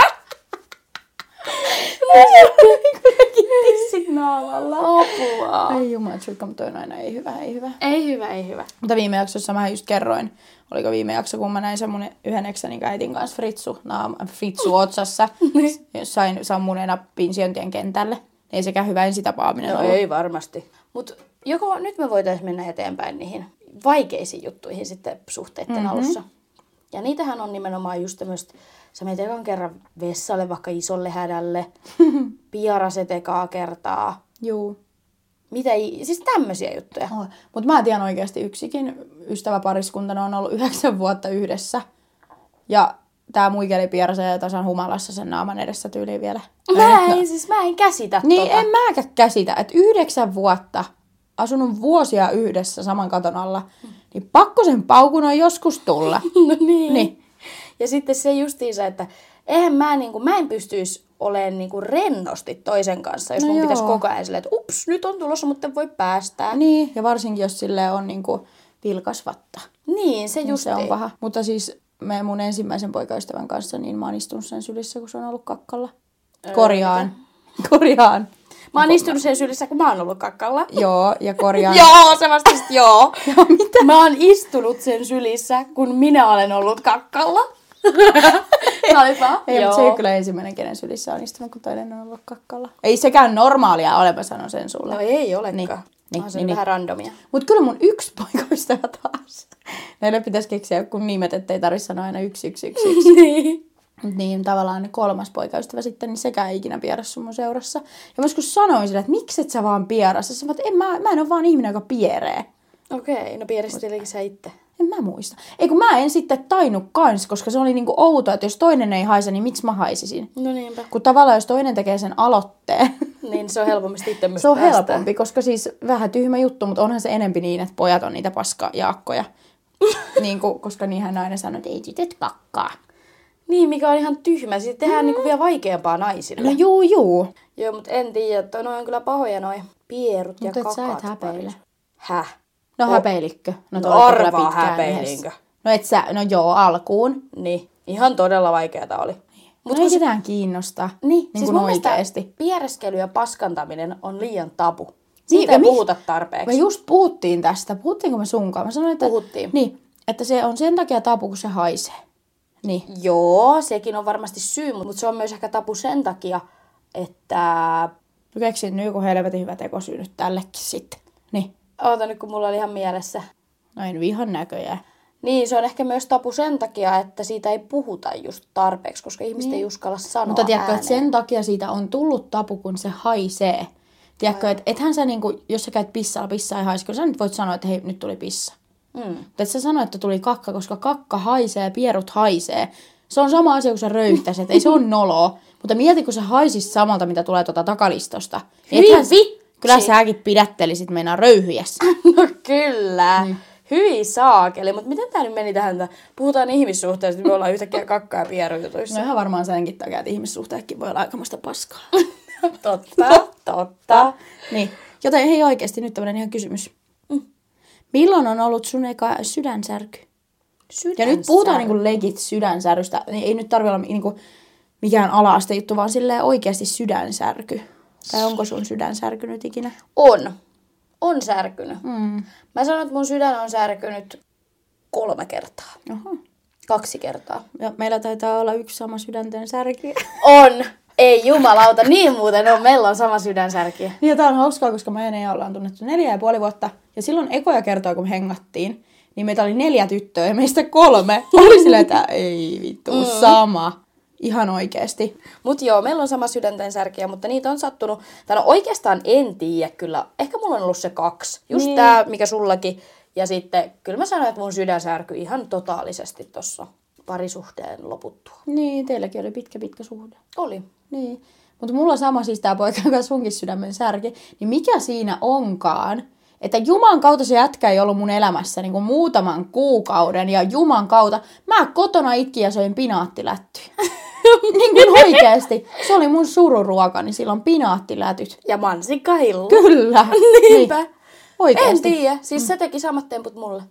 tissit naamalla. Apua. Ai jumalatsulkka, mutta toi on aina ei hyvä, ei hyvä. Ei hyvä, ei hyvä. Mutta viime jaksossa mä just kerroin, oliko viime jakso, kun mä näin semmonen yhden eksäni äitin kanssa fritsu, naama, fritsu otsassa, jossain sammuneena pinsiöntien kentälle. Ei sekään hyvä ensitapaaminen No ollut. ei varmasti. Mutta joko nyt me voitaisiin mennä eteenpäin niihin vaikeisiin juttuihin sitten suhteiden Mhm. mm-hmm. alussa. Ja niitähän on nimenomaan just tämmöistä, sä menet ekan kerran vessalle vaikka isolle hädälle, piaraset ekaa kertaa, Juu. mitä, i- siis tämmöisiä juttuja. Oh. Mutta mä tiedän oikeasti yksikin ystäväpariskunta, ne on ollut yhdeksän vuotta yhdessä. Ja tää muikeli piersee tasan humalassa sen naaman edessä tyyliin vielä. Mä en, siis mä en käsitä Niin tota. en mäkään käsitä, että yhdeksän vuotta asunut vuosia yhdessä saman katon alla, niin pakko sen paukun on joskus tulla. No niin. Niin. Ja sitten se justiinsa, että eihän mä, niin kuin, mä en pystyisi olemaan niin kuin rennosti toisen kanssa, jos No no mun pitäisi joo. koko ajan silleen, että ups, nyt on tulossa, mutta en voi päästää. Niin, Niin, ja varsinkin jos sille on niinku vilkas vatta. niin se just se on paha. Mutta siis me mun ensimmäisen poikaystävän kanssa, niin mä oon istunut sen sylissä, kun se on ollut kakkalla. Korjaan. Korjaan. Mä oon istunut sen sylissä, kun mä oon ollut kakkalla. Joo, ja korjaan. Joo, sä vastasit joo. joo mitä? Mä oon istunut sen sylissä, kun minä olen ollut kakkalla. Sä olit vaan, Ei, mutta se ei ole kyllä ensimmäinen, kenen sylissä on istunut, kun toinen on ollut kakkalla. Ei sekään normaalia ole, mä sanon sen sulle. No ei olekaan. Niin, Niin. niin, Niin, on se niin, niin, niin. vähän randomia. Mutta kyllä mun yksi poikaystävä taas. Näille pitäisi keksiä joku nimet, ettei tarvitse sanoa aina yksi, yksi, yksi. yksi. Niin. Mut niin tavallaan ne kolmas poikaystävä sitten, niin sekään ei ikinä pierassu mun seurassa. Ja mä joskus sanoin sille, että miksi et sä vaan pierassa? Sä sanoin, että en mä, mä en ole vaan ihminen, joka pieree. Okei, okay, no pieristelikin sä itse. En mä muista. Ei kun mä en sitten tainnut kans, koska se oli niinku outoa, että jos toinen ei haise, niin miksi mä haisisin? No niinpä. Kun tavallaan jos toinen tekee sen aloitteen, Niin se on helpommin sitten myös se on päästä. helpompi, koska siis vähän tyhmä juttu, mutta onhan se enempi niin, että pojat on niitä paskajaakkoja. niin kuin, koska niinhän aina sanoo, että ei tytöt kakkaa. Niin, mikä on ihan tyhmä. Siitä tehdään mm. niinku vielä vaikeampaa naisille. No juu, juu. Joo, mutta en tiedä, että noi on kyllä pahoja noi pierut ja Mutta et kakat. sä et häpeile. Häh? No häpeilikkö? No te olitte kyllä arvaa pitkään häpeilinkö. yhdessä. No et sä, no joo, alkuun. Niin, ihan todella vaikeata oli. Mutta no ei ketään kiinnosta. Niin, niin siis kuin oikeesti. piereskely ja paskantaminen on liian tabu. Niin, Siitä ja ei mi- puhuta tarpeeksi. Me just puhuttiin tästä. Puhuttiinko me sunkaan? Mä sanoin, että... Puhuttiin. Niin, että se on sen takia tapu, kun se haisee. Niin. Joo, sekin on varmasti syy, mutta se on myös ehkä tapu sen takia, että... Mä keksin nyt joku helvetin hyvä tekosyy nyt tällekin sitten. Niin. Oota nyt, kun mulla oli ihan mielessä. No ei nyt ihan näköjään. Niin, se on ehkä myös tapu sen takia, että siitä ei puhuta just tarpeeksi, koska ihmiset niin. ei uskalla sanoa Mutta tiedätkö, ääneen. että sen takia siitä on tullut tapu, kun se haisee. Tiedätkö, että ethän sä niinku, jos sä käyt pissalla, pissa ei haise. Kyllä sä nyt voit sanoa, että hei, nyt tuli pissa. Mm. Mutta et sä sano, että tuli kakka, koska kakka haisee, pierut haisee. Se on sama asia, kun sä röyhtäiset. Ei se on noloa. Mutta mieti, kun sä haisis samalta, mitä tulee tuota takalistosta. Niin Hyi ethän- vitsi! Kyllä säkin pidättelisit meinaa röyhyjässä. No kyllä. Niin. Mm. Hyi saakeli, mutta miten tämä nyt meni tähän? tää- Puhutaan ihmissuhteista, me ollaan yhtäkkiä kakkaa ja pierujutuissa. No ihan varmaan senkin takia, että ihmissuhteetkin voi olla aikamoista paskaa. Totta, totta. niin. Joten hei oikeasti nyt tämmöinen ihan kysymys. Mm. Milloin on ollut sun eka sydänsärky? Ja nyt puhutaan niinku legit sydänsärystä. Niin ei nyt tarvitse olla niinku mikään ala-aste juttu, vaan silleen oikeasti sydänsärky. Tai onko sun sydänsärky nyt ikinä? On. On särkynyt. Mm. Mä sanon, että mun sydän on särkynyt kolme kertaa. Oho. Kaksi kertaa. Ja meillä taitaa olla yksi sama sydänten särki. On. Ei jumalauta, niin muuten on. Meillä on sama sydänsärki. Niin ja tää on hauskaa, koska mä ja Nea ollaan tunnettu neljä ja puoli vuotta. Ja silloin ekoja kertoa, kun me hengattiin, niin meitä oli neljä tyttöä ja meistä kolme. Oli silleen, että ei vittu, mm. sama. Ihan oikeesti. Mutta joo, meillä on sama sydänten särkiä, mutta niitä on sattunut. Tai no oikeastaan en tiedä kyllä. Ehkä mulla on ollut se kaksi. Just niin. Niin. tämä, mikä sullakin. Ja sitten kyllä mä sanoin, että mun sydän särkyi ihan totaalisesti tuossa parisuhteen loputtua. Niin, teilläkin oli pitkä pitkä suhde. Oli. Niin. Mutta mulla sama siis tämä poika, joka sunkin sydämen särki, niin mikä siinä onkaan, että Juman kautta se jätkä ei ollut mun elämässä niin kuin muutaman kuukauden ja Juman kautta mä kotona itkin ja söin pinaattilättyä. niin kuin oikeasti. Se oli mun sururuokani silloin pinaattilätyt. Ja mansikahillu. Kyllä. Niinpä. Niin. Oikeasti. Mm. En tiedä. Siis se teki samat temput mulle.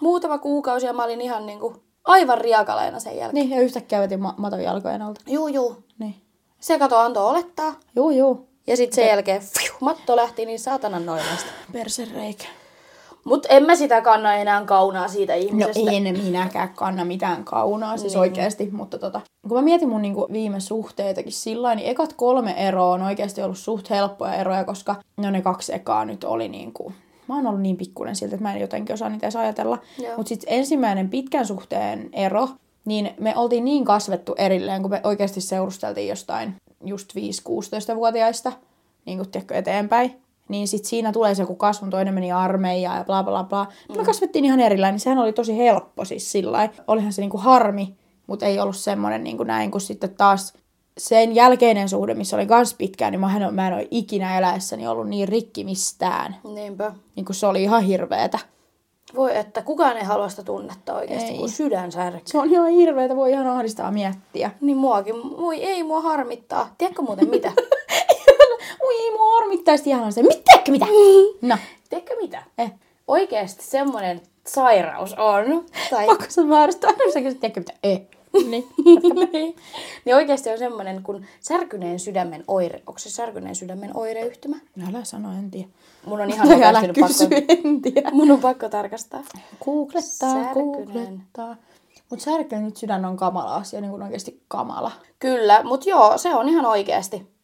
Muutama kuukausi ja mä olin ihan niinku aivan riakaleena sen jälkeen. Niin, ja yhtäkkiä vetin ma- maton jalkojen alta. Juu, juu. Niin. Se kato antoi olettaa. Juu, juu. Ja sitten sen jälkeen fiu, matto lähti niin saatanan noimasta. Persereikä. Mut en mä sitä kanna enää kaunaa siitä No ihmisestä. en minäkään kanna mitään kaunaa, siis niin. oikeasti, mutta tota, kun mä mietin mun niinku viime suhteitakin sillä niin ekat kolme eroa on oikeasti ollut suht helppoja eroja, koska no ne kaksi ekaa nyt oli niinku, mä oon ollut niin pikkuinen siltä, että mä en jotenkin osaa niitä edes ajatella, Joo. mutta sitten ensimmäinen pitkän suhteen ero, niin me oltiin niin kasvettu erilleen, kun me oikeasti seurusteltiin jostain just 5-16-vuotiaista, niin kuin tiedätkö, eteenpäin. Niin sitten siinä tulee se, kun kasvun toinen meni armeijaan ja bla bla bla. Mm. Me kasvettiin ihan erillään, niin sehän oli tosi helppo siis sillä lailla. Olihan se niinku harmi, mutta ei ollut semmoinen niinku näin, kun sitten taas sen jälkeinen suhde, missä oli kans pitkään, niin mähän on, mä en ole ikinä eläessäni ollut niin rikki mistään. Niinpä. Niin kun se oli ihan hirveetä. Voi että, kukaan ei halua sitä tunnetta oikeasti, Ei. kun sydän särkyy. Se on ihan hirveetä, voi ihan ahdistaa miettiä. Niin muakin. Moi, ei mua harmittaa. Tiedätkö muuten mitä? Ui, ei mua ormittaisi ihan se. Mitä, mitä? Niin. No, Tiedätkö mitä? eh. Oikeasti semmoinen sairaus on. Tai Pakko se väärästä. Aina sä kysyt, tiedätkö mitä? Ei. Niin. niin oikeasti on semmoinen kuin särkyneen sydämen oire. Onko se särkyneen sydämen oireyhtymä? No älä sano, en tiedä. Mun on ihan Ihan älä oikeasti nyt kysy, pakko, en tiedä. mun on pakko tarkastaa. Googlettaa, Särkynen. googlettaa. Mutta särkynyt sydän on kamala asia, niin kuin oikeasti kamala. Kyllä, mutta joo, se on ihan oikeasti.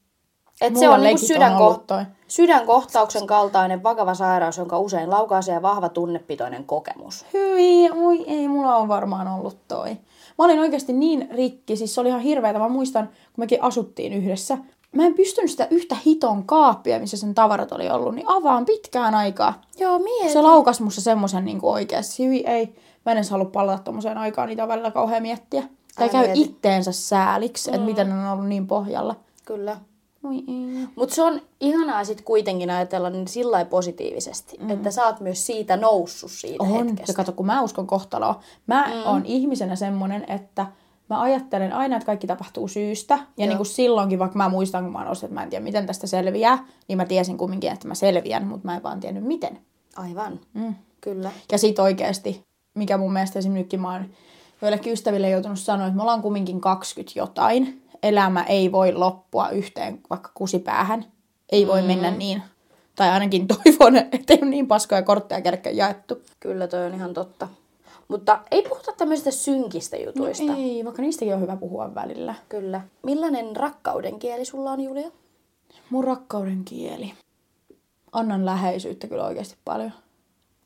Et se Mulla on niinku legit on ollut sydänko- toi. sydänkohtauksen kaltainen vakava sairaus, jonka usein laukaisee vahva tunnepitoinen kokemus. Hyi, oi ei, mulla on varmaan ollut toi. Mä olin oikeasti niin rikki, siis se oli ihan hirveetä. Mä muistan, kun mekin asuttiin yhdessä. Mä en pystynyt sitä yhtä hiton kaappia, missä sen tavarat oli ollut, niin avaan pitkään aikaa. Joo, mietin. Se laukas musta semmoisen niin oikeasti. Hyi, ei. Mä en edes halua palata tommoseen aikaan, niitä on välillä kauhean miettiä. Tai Älä käy mieti. Mm. itteensä sääliksi, että miten ne on ollut niin pohjalla. Kyllä. Oi ei. Mutta se on ihanaa sitten kuitenkin ajatella niin sillä lailla positiivisesti, mm. että sä oot myös siitä noussut siitä Mhm. On. Ja hetkestä. kato, kun mä uskon kohtaloa. Mä mm. on ihmisenä semmonen, että mä ajattelen aina, että kaikki tapahtuu syystä. Ja niin kuin silloinkin, vaikka mä muistan, kun mä oon ollut, että mä en tiedä, miten tästä selviää, niin mä tiesin kumminkin, että mä selviän, mutta mä en vaan tiennyt miten. Aivan, mm. kyllä. Ja sit oikeesti, mikä mun mielestä esimerkiksi nytkin mä oon joillekin ystäville joutunut sanoa, että me ollaan kumminkin 20 jotain. Elämä ei voi loppua yhteen vaikka kusipäähän. Ei voi mm. mennä niin. Tai ainakin toivon, ettei ole niin paskoja kortteja kerkeä jaettu. Kyllä toi on ihan totta. Mutta ei puhuta tämmöisistä synkistä jutuista. No, Ei, vaikka niistäkin on hyvä puhua välillä. kyllä. Millainen rakkauden kieli sulla on, Julia? Mun rakkauden kieli. Annan läheisyyttä kyllä oikeasti paljon.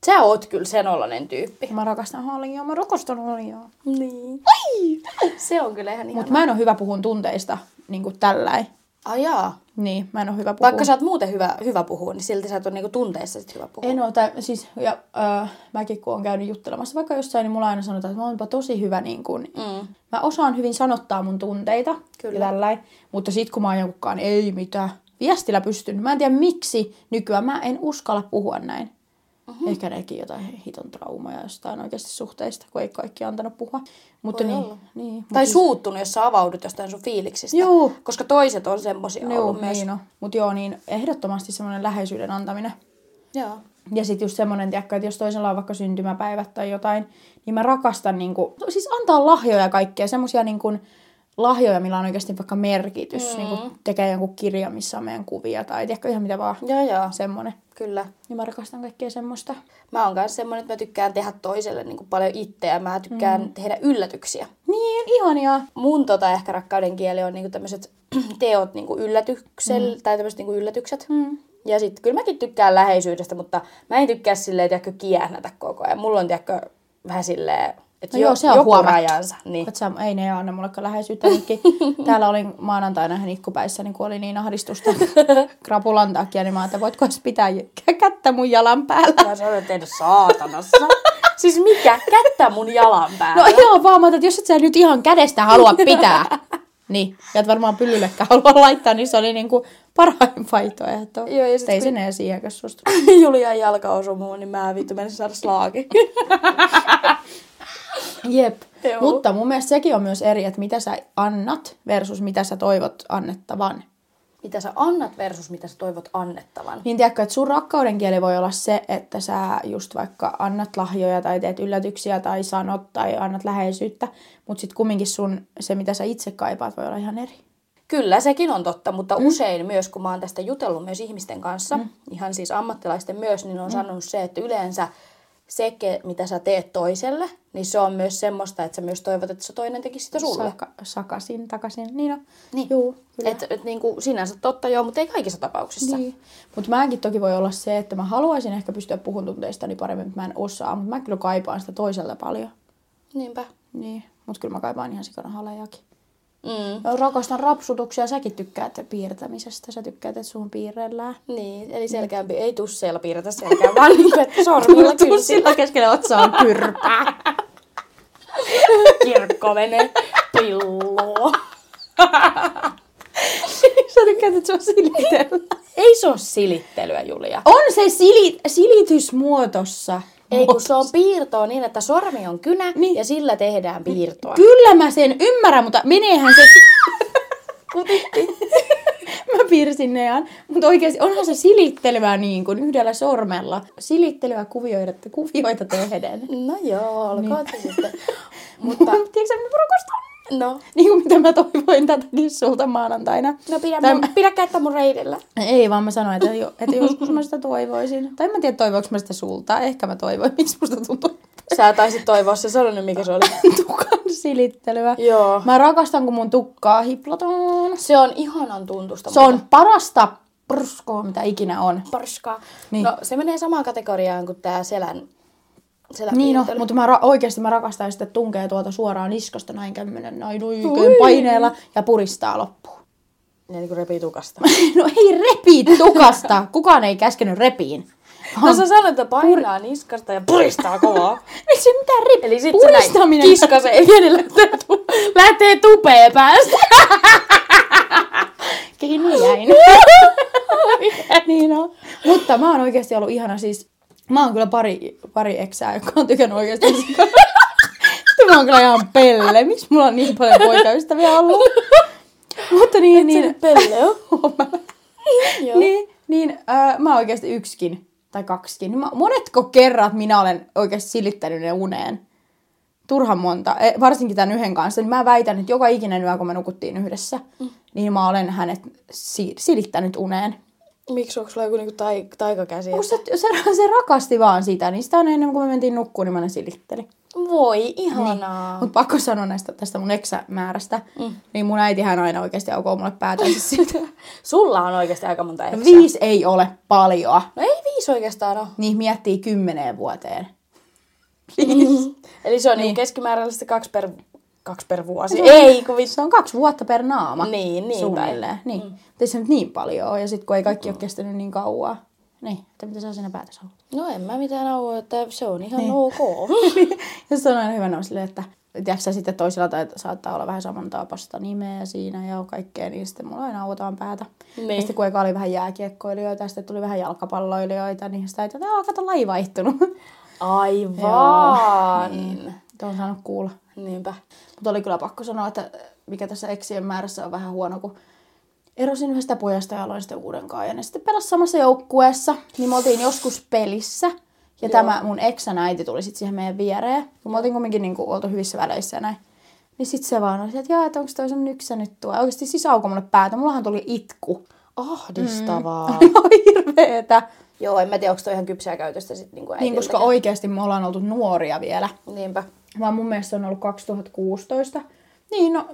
Sä oot kyllä sen ollainen tyyppi. Mä rakastan haljaa, mä rakastan haljaa. Niin. Se on kyllä ihan ihan. Mutta mä en ole hyvä puhun tunteista niin kuin tälläin. Ajaa. Niin, mä en ole hyvä puhua. Vaikka sä oot muuten hyvä, hyvä puhua, niin silti sä et ole niinku tunteissa sit hyvä puhua. En ole, tai siis, ja öö, mäkin kun oon käynyt juttelemassa vaikka jossain, niin mulla aina sanotaan, että mä oonpa tosi hyvä niin kuin, mm. mä osaan hyvin sanottaa mun tunteita Kyllä. ja tälläin, mutta sit kun mä oon jonkunkaan, niin ei mitään, viestillä pystyn, mä en tiedä miksi nykyään, mä en uskalla puhua näin. Mhm. Mm-hmm. Ehkä nekin jotain hiton traumaa jostain oikeasti suhteista, kun ei kaikki antanut puhua. Mutta niin, niin, Tai suuttunut, jos sä avaudut jostain sun fiiliksistä. Juu. Koska toiset on semmosia Juu, ollut myös. niin on. Mut joo, niin ehdottomasti semmoinen läheisyyden antaminen. Joo. Ja sitten just semmoinen, tiedätkö, että jos toisella on vaikka syntymäpäivät tai jotain, niin mä rakastan niin kuin, siis antaa lahjoja ja kaikkea, semmoisia niin kuin, lahjoja, millä on oikeasti vaikka merkitys, mm. niin kuin tekee jonkun kirjan, missä on meidän kuvia tai tiedätkö, ihan mitä vaan, Joo, joo. semmoinen. Kyllä. Niin mä rakastan kaikkea semmoista. Mä oon myös semmoinen, että mä tykkään tehdä toiselle niin kuin paljon itseä. Mä tykkään mm. tehdä yllätyksiä. Niin, ihania. Mun tota ehkä rakkauden kieli on niinku tämmöiset teot niinku yllätyksel, mm. tai tämmöiset niinku yllätykset. Mm. Ja sitten kyllä mäkin tykkään läheisyydestä, mutta mä en tykkää silleen, tiedätkö, kiähnätä koko ajan. Mulla on, tiedätkö, vähän silleen, että No joo, se on joku huomattu. rajansa. Niin. Et sä, ei ne anna mulle läheisyyttä. Nytkin. Täällä olin maanantaina ihan itkupäissä, niin kun oli niin ahdistusta krapulan takia, niin mä ajattelin, että voitko edes pitää j- kättä mun jalan päällä. Mä sanoin, että en saatanassa. siis mikä? Kättä mun jalan päällä. No ihan vaan, mä otan, että jos et sä nyt ihan kädestä halua pitää, niin, ja et varmaan pylyllekään halua laittaa, niin se oli niinku parhain vaihtoehto. Joo, ja sit Tein sen ensin siihen, jos susta. No, Julian jalka osui muun, niin mä vittu menin saada slaagi. Jep. Joo. Mutta mun mielestä sekin on myös eri, että mitä sä annat versus mitä sä toivot annettavan. mitä sä annat versus mitä sä toivot annettavan. Niin tiedätkö, että sun rakkauden kieli voi olla se, että sä just vaikka annat lahjoja tai teet yllätyksiä tai sanot tai annat läheisyyttä, mutta sitten kumminkin sun, se mitä sä itse kaipaat voi olla ihan eri. Kyllä, sekin on totta, mutta mm. usein myös, kun mä oon tästä jutellut myös ihmisten kanssa, mm. ihan siis ammattilaisten myös, niin on mm. sanonut se, että yleensä se, ke- mitä sä teet toiselle, niin se on myös semmoista, että sä myös toivot, että se toinen tekisi sitä sulle. Saka, sakasin, takasin, niin on. Niin. Juu, kyllä. Että et, niin kuin sinänsä totta joo, mutta ei kaikissa tapauksissa. Niin. Mutta mäkin toki voi olla se, että mä haluaisin ehkä pystyä puhumaan tunteistani paremmin, mutta mä en osaa. Mutta mä kyllä kaipaan sitä toiselta paljon. Niinpä. Niin. Mutta kyllä mä kaipaan ihan sikana halejakin. Mm. Mä rakastan rapsutuksia. Säkin tykkäät piirtämisestä. Sä tykkäät, että suun piirrellään. Niin, eli selkäämpi ei tusseilla piirretä selkää, vaan niin, että sormilla kyllä keskellä otsaa on kyrpää. kirkko menee pilloon. Mikä se on silitellä? Ei se ole silittelyä, Julia. On se sili- silitysmuodossa. Ei, kun se on piirtoa niin, että sormi on kynä Niin. niin. ja sillä tehdään piirtoa. Kyllä mä sen ymmärrän, mutta meneehän se... Kutitti. mä piirsin ne ihan. Mutta oikeasti onhan se silittelyä niin kuin yhdellä sormella. Silittelyä kuvioita, kuvioita tehden. No joo, olkoon niin. sitten. Mutta, Mutta tiedätkö sä, mitä mä rakastan? no. Niin kuin mitä mä toivoin tätäkin sulta maanantaina. No pidä, Tai- mun, pidä kättä mun reidellä. Ei, vaan mä sanoin, että, jo, että joskus mä sitä toivoisin. Tai en mä tiedä, toivoinko mä sitä sulta. Ehkä mä toivoin. Miksi musta tuntuu Sä taisit toivoa, se sano nyt mikä se oli. tukan silittelyä? Joo. Mä rakastan, kun mun tukkaa hiplataan. Se on ihanan tuntusta. Se on parasta purskoa, mitä ikinä on. parskaa. Niin. Niin. No se menee samaan kategoriaan kuin tämä selän, selän Niin no, piirtely. mutta mä ra- oikeasti mä rakastan sitä tunkea tuolta suoraan niskasta näin kämmenen noin oikein paineella ja puristaa loppuun. Ne niinku repii tukasta. No ei repi tukasta. Kukaan ei käskenyt repiin. No sä sanoit, että painaa niskasta ja puristaa kovaa. Ei se mitään repi. Eli sit Puristaminen. se näin kiskasee vielä lähtee, tu- lähtee tupeen päästä. Kiinni jäin. niin on. Mutta mä oon oikeasti ollut ihana siis... Mä oon kyllä pari, pari eksää, jotka on tykännyt oikeasti. Sitten mä oon kyllä ihan pelle. Miksi mulla on niin paljon poikaystäviä ollut? Mutta niin, niin... Pelle on. Joo. Niin, niin öö, mä oikeasti yksikin tai kaksikin. Niin Mä, monetko kerrat minä olen oikeasti silittänyt ne uneen? Turhan monta, E, varsinkin tämän yhden kanssa. Niin mä väitän, että joka ikinen yö, kun me nukuttiin yhdessä, mm. niin mä olen hänet si- silittänyt uneen. Miksi onko sulla joku niinku tai, taikakäsi? Kun se, se, se rakasti vaan sitä, niin sitä on ennen kuin me mentiin nukkuun, niin mä ne silittelin. Voi, ihanaa. Mutta pakko sanoa näistä, tästä mun eksämäärästä, mm. niin mun äitihän aina oikeasti aukoo mulle päätänsä siitä. Niin. Sulla on oikeasti aika monta eksää. Viisi ei ole paljoa. No ei viisi oikeastaan ole. niin miettii kymmeneen vuoteen. Eli se on niin. niinku keskimääräisesti kaksi per, kaksi per vuosi. Ei, kun vitsi. Se on kaksi vuotta per naama. Niin, niinpä. Mm. Suunnilleen. Niin. Mm. Ei se nyt niin paljon ole, ja sitten kun ei kaikki ole kestänyt niin kauan. Niin, että mitä sä siinä päätös haluat? No en mä mitään auo, että se on ihan niin. ok. ja se on aina hyvä nousi silleen, että tiedätkö sä sitten toisella tai saattaa olla vähän samantapaista nimeä siinä ja kaikkea, niin sitten mulla aina autaan päätä. Niin. Ja sitten kun eka oli vähän jääkiekkoilijoita ja sitten tuli vähän jalkapalloilijoita, niin sitä ei että "Aa, kato laji vaihtunut. Aivan. Niin. Tuo on saanut kuulla. Niinpä. Mutta oli kyllä pakko sanoa, että äh, mikä tässä eksien määrässä on vähän huono, kun erosin yhdestä pojasta ja aloin sitten uudenkaan. Ja ne sitten pelasi samassa joukkueessa, niin me oltiin joskus pelissä. Ja Joo. tämä mun eksän äiti tuli sitten siihen meidän viereen, kun me oltiin kumminkin niinku oltu hyvissä väleissä ja näin. Niin sitten se vaan oli, että jaa, että onko toi sun yksä nyt tuo. Oikeasti siis aukoi mulle päätä, mullahan tuli itku. Ahdistavaa. Mm. No hirveetä. Joo, en mä tiedä, onko toi ihan kypsää käytöstä sitten niinku Niin, koska oikeasti me ollaan oltu nuoria vielä. Niinpä. vaan mun mielestä se on ollut 2016. Niin, no,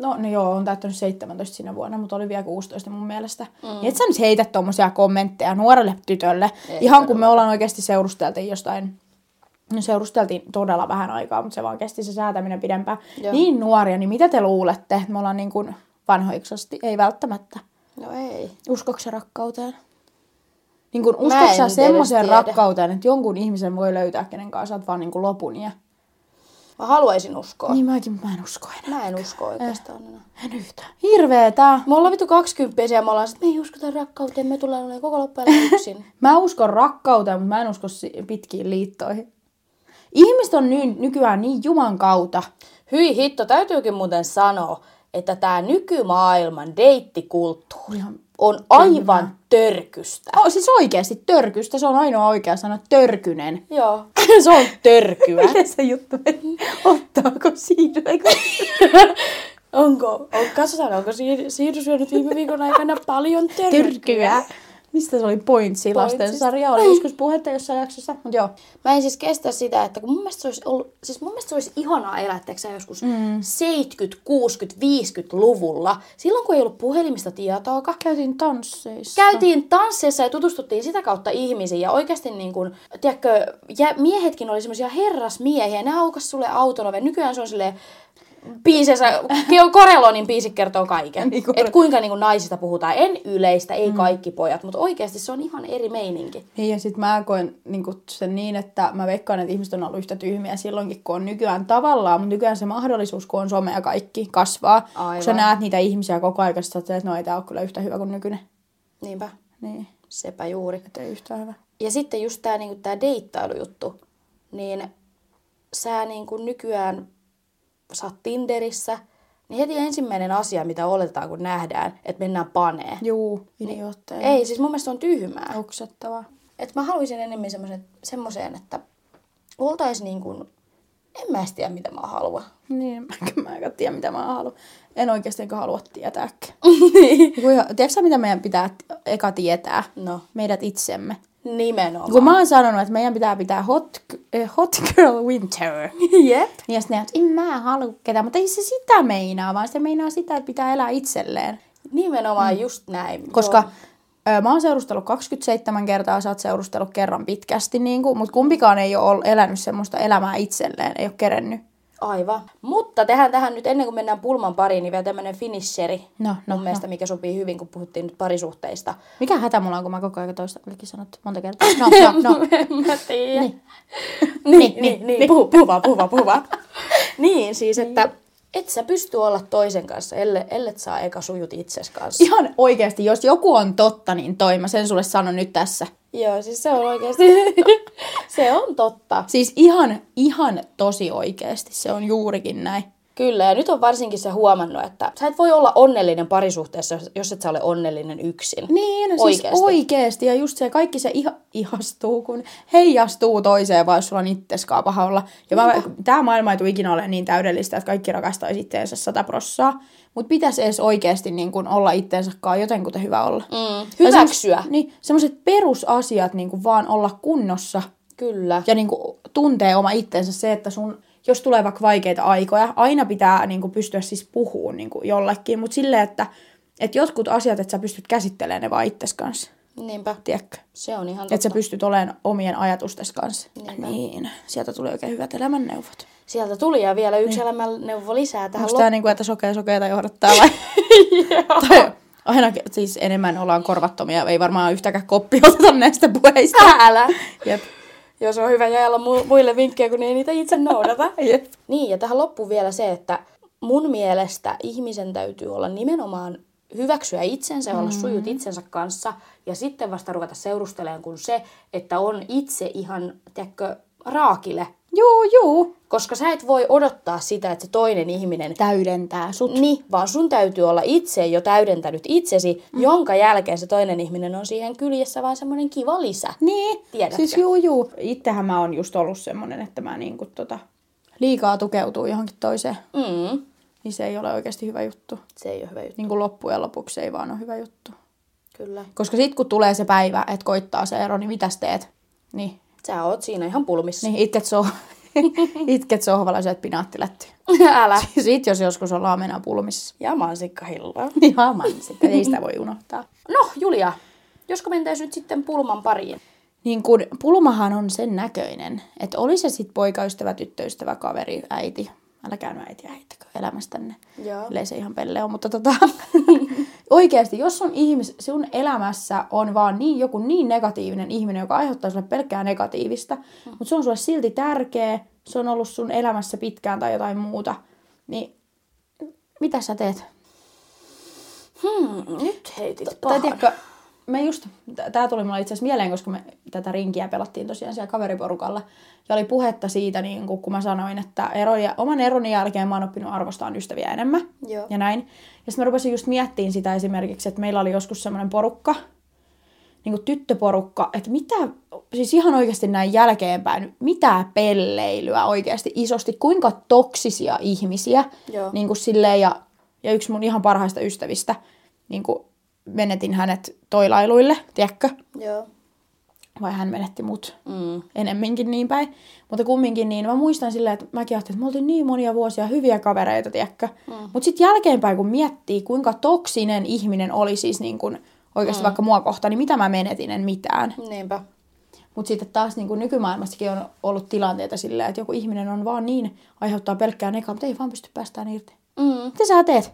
no, no joo, on täyttänyt 17 sinä vuonna, mutta oli vielä 16 mun mielestä. Mm. Niin et sä nyt heitä tommosia kommentteja nuorelle tytölle. Ei, Ihan kun me ollaan oikeasti seurusteltiin jostain, no seurusteltiin todella vähän aikaa, mutta se vaan kesti se säätäminen pidempään. Joo. Joo. Niin nuoria, niin mitä te luulette, että me ollaan niin kuin vanhoiksasti? Ei välttämättä. No ei. Uskoksi sä rakkauteen? Niin kun Mä uskoksi en sä edes semmoiseen tiedä. rakkauteen, että jonkun ihmisen voi löytää, kenen kanssa sä oot vaan niin kuin lopun ja Mä haluaisin uskoa. niin mäkin, mä en usko enää. Mä en usko oikeastaan enää. En yhtään. Hirveetä. Äh. Me ollaan vittu kaksikymppisiä ja me ollaan sit, me ei uskota rakkauteen, me tullaan olemaan koko loppujen yksin. Mä uskon rakkauteen, mutta mä en usko si- pitkiin liittoihin. Ihmiset on ny- nykyään niin juman kautta. Hyi hitto, täytyykin muuten sanoa, että tämä nykymaailman deittikulttuuri Ihan- on aivan törkystä. Oh, siis oikeasti törkystä. Se on ainoa oikea sana, törkynen. Joo. se on Törkyä. Miten se juttu meni? Ottaako siinä? Onko, on, katsotaan, onko siir- Siidu syönyt viime viikon aikana paljon törkyä? Törkyä. Mistä se oli pointsi lastensarja? Oli joskus puhetta jossain jaksossa. Mut joo. Mä en siis kestä sitä, että kun mun mielestä se olisi, ollut, siis mun mielestä se olisi ihanaa elää, etteikö sä joskus mm. 70, 60, 50-luvulla. Silloin kun ei ollut puhelimista tietoakaan, Käytiin tansseissa. Käytiin tansseissa ja tutustuttiin sitä kautta ihmisiin ja oikeasti niin kuin, tiedätkö, jä, miehetkin oli semmoisia herrasmiehiä, ne aukas sulle auton oven. Nykyään se on silleen, biisensä, Keo Korelonin biisi kertoo kaiken. Niin Niin kuin- että kuinka niin kuin naisista puhutaan. En yleistä, ei kaikki pojat, mutta oikeasti se on ihan eri meininki. Niin ja sitten mä koen niin sen niin, että mä veikkaan, että ihmiset on ollut yhtä tyhmiä silloinkin, kun on nykyään tavallaan, mutta nykyään se mahdollisuus, kun on some ja kaikki, kasvaa. Kun sä Aivan. näet niitä ihmisiä koko ajan, sä ajattelet, että no ei tää ole kyllä yhtä hyvä kuin nykyinen. Niinpä, Niin, sepä juuri. että ei yhtään hyvä. Ja sitten just tämä niinku, tää deittailujuttu, niin sä niinku, nykyään saat Tinderissä, niin heti ensimmäinen asia, mitä oletetaan, kun nähdään, että mennään panee. Juu, idiootteja. Ei, siis mun mielestä se on tyhmää. Oksettavaa. Et mä haluaisin enemmän semmoisen, semmoiseen, että oltais niin kuin, en mä edes tiedä mitä mä haluan. Niin, mä, mä en tiedä, mitä mä haluan. En oikeasti enkä halua tietääkään. Joku ihan- Tiedätkö sä, mitä meidän pitää t- eka tietää? No. Meidät itsemme. Nimenomaan. Kun mä oon sanonut, että meidän pitää pitää hot, eh, hot girl winter. Jep. Niin ja sitten ne, että en mä halua ketään, mutta ei se sitä meinaa, vaan se meinaa sitä, että pitää elää itselleen. Nimenomaan mm. just näin. Koska ö, mä oon seurustellut 27 kertaa, sä oot seurustellut kerran pitkästi, niin kuin, mutta kumpikaan ei ole elänyt semmoista elämää itselleen, ei ole kerennyt. Joo, aivan. Mutta tehdään tähän nyt, ennen kuin mennään pulman pariin, niin vielä tämmönen finisheri. No, no, mun mielestä, mikä sopii hyvin, kun puhuttiin nyt parisuhteista. Mikä hätä mulla on, kun mä koko ajan toista olikin sanottu monta kertaa. No, no, no. mä tiedän. Niin. niin, niin, niin. Puhu, puhu vaan, puhu vaan, puhu vaan. niin, siis että et sä pysty olla toisen kanssa, elle, ellet saa eka sujut itses kanssa. Ihan oikeasti, jos joku on totta, niin toi mä sen sulle sanon nyt tässä. Joo, siis se on oikeasti, se on totta. Siis ihan, ihan tosi oikeasti, se on juurikin näin. Kyllä, ja nyt on varsinkin se huomannut, että sä et voi olla onnellinen parisuhteessa, jos- jos et sä ole onnellinen yksin. Niin, no siis Oikeasti. oikeasti. Ja just se kaikki se iha, ihastuu, kun heijastuu toiseen, vaan jos sulla on itseskaan paha olla. Ja mä, tämä maailma ei tule ikinä ole niin täydellistä, että kaikki rakastaisi itteensä sata prossaa. Mutta pitäisi edes oikeasti niin kun olla itsensäkaan jotenkuten hyvä olla. Mm, Tai semmoset- hyväksyä. Niin, semmoiset perusasiat niin kun vaan olla kunnossa Kyllä. ja niin kun tuntee oma itsensä se, että sun jos tulee vaikka vaikeita aikoja, aina pitää niin kun pystyä siis puhumaan niin kun jollekin, mutta silleen, että, että jotkut asiat, että sä pystyt käsittelemään ne vaan itses kanssa. Niinpä. Tiedätkö? Se on ihan totta. Että sä pystyt olemaan omien ajatustesi kanssa. Niinpä. Niin. Sieltä tulee oikein hyvät elämänneuvot. Sieltä tuli ja vielä yksi elämänneuvo lisää tähän Onko tämä niinku, että sokea sokeita johdattaa vai? tai ainakin siis enemmän ollaan korvattomia. Ei varmaan yhtäkään koppia oteta näistä puheista. Täällä. Jep. Jos on hyvä jaella mu- muille vinkkejä, kun ei niitä itse noudata. Jep. Niin, ja tähän loppuun vielä se, että mun mielestä ihmisen täytyy olla nimenomaan hyväksyä itsensä ja olla sujut itsensä kanssa. Ja sitten vasta ruveta seurusteleen, kun se, että on itse ihan, tiedätkö, raakile. Juu, juu. Koska sä et voi odottaa sitä, että se toinen ihminen Täydentää sut. niin, vaan sun täytyy olla itse jo täydentänyt itsesi, mm. jonka jälkeen se toinen ihminen on siihen kyljessä vaan semmoinen kiva lisä. Niin. Tiedätkö? Siis juu, juu. Ittehän mä oon just ollut semmonen, että mä niinku tota, liikaa tukeutuu johonkin toiseen. Mm. Niin se ei ole oikeasti hyvä juttu. Se ei ole hyvä juttu. Niin kuin loppujen lopuksi se ei vaan ole hyvä juttu. Kyllä. Koska sit kun tulee se päivä, että koittaa se ero, niin mitäs teet? Niin, Sä oot siinä ihan pulmissa. niin itket, so- itket sohvalla ja syöt pinaattilätty. Niin. Älä. Sit jos joskus ollaan mennä pulmissa. Ja mansikkahilla. Niin haaman sitten, ei sitä voi unohtaa. No, Julia, josko mentäis nyt sitten pulman pariin? Niin kun pulmahan on sen näköinen, että oli se sit poikaystävä, tyttöystävä, kaveri, äiti. Älkää nyt äiti äitikö elämästänne. Joo. Yleensä ihan pelle on, mutta tota, oikeasti, jos sun, ihmis, sun elämässä on vaan niin, joku niin negatiivinen ihminen, joka aiheuttaa sulle pelkkää negatiivista, mutta se on sulle silti tärkeä, se on ollut sun elämässä pitkään tai jotain muuta, niin mitä sä teet? Mm, nyt heitit Tai pahan. tiedätkö, me just, tämä tuli mulle itse asiassa mieleen, koska me tätä rinkiä pelattiin tosiaan siellä kaveriporukalla. Ja oli puhetta siitä, niin kun, kun mä sanoin, että eroja, oman eroni jälkeen mä oon oppinut arvostamaan ystäviä enemmän. Joo. Ja näin. Ja sitten mä rupesin just miettimään sitä esimerkiksi, että meillä oli joskus semmoinen porukka, niin kuin tyttöporukka, että mitä, siis ihan oikeasti näin jälkeenpäin, mitä pelleilyä oikeasti isosti, kuinka toksisia ihmisiä, Joo. niin kuin silleen, ja, ja yksi mun ihan parhaista ystävistä, niin kuin menetin hänet toilailuille, tiedätkö? Joo. Vai hän menetti mut Mm. enemminkin niin päin. Mutta kumminkin niin, mä muistan silleen, että mäkin ajattelin, että me oltiin niin monia vuosia hyviä kavereita, tiedätkö. Mm. Mutta sitten jälkeenpäin, kun miettii, kuinka toksinen ihminen oli siis niin kun, oikeasti mm. vaikka mua kohtaan, niin mitä mä menetin, en mitään. Niinpä. Mutta sitten taas niin kuin nykymaailmassakin on ollut tilanteita sillä, että joku ihminen on vaan niin, aiheuttaa pelkkää nekaa, mutta ei vaan pysty päästään irti. Mm. Mitä sä teet?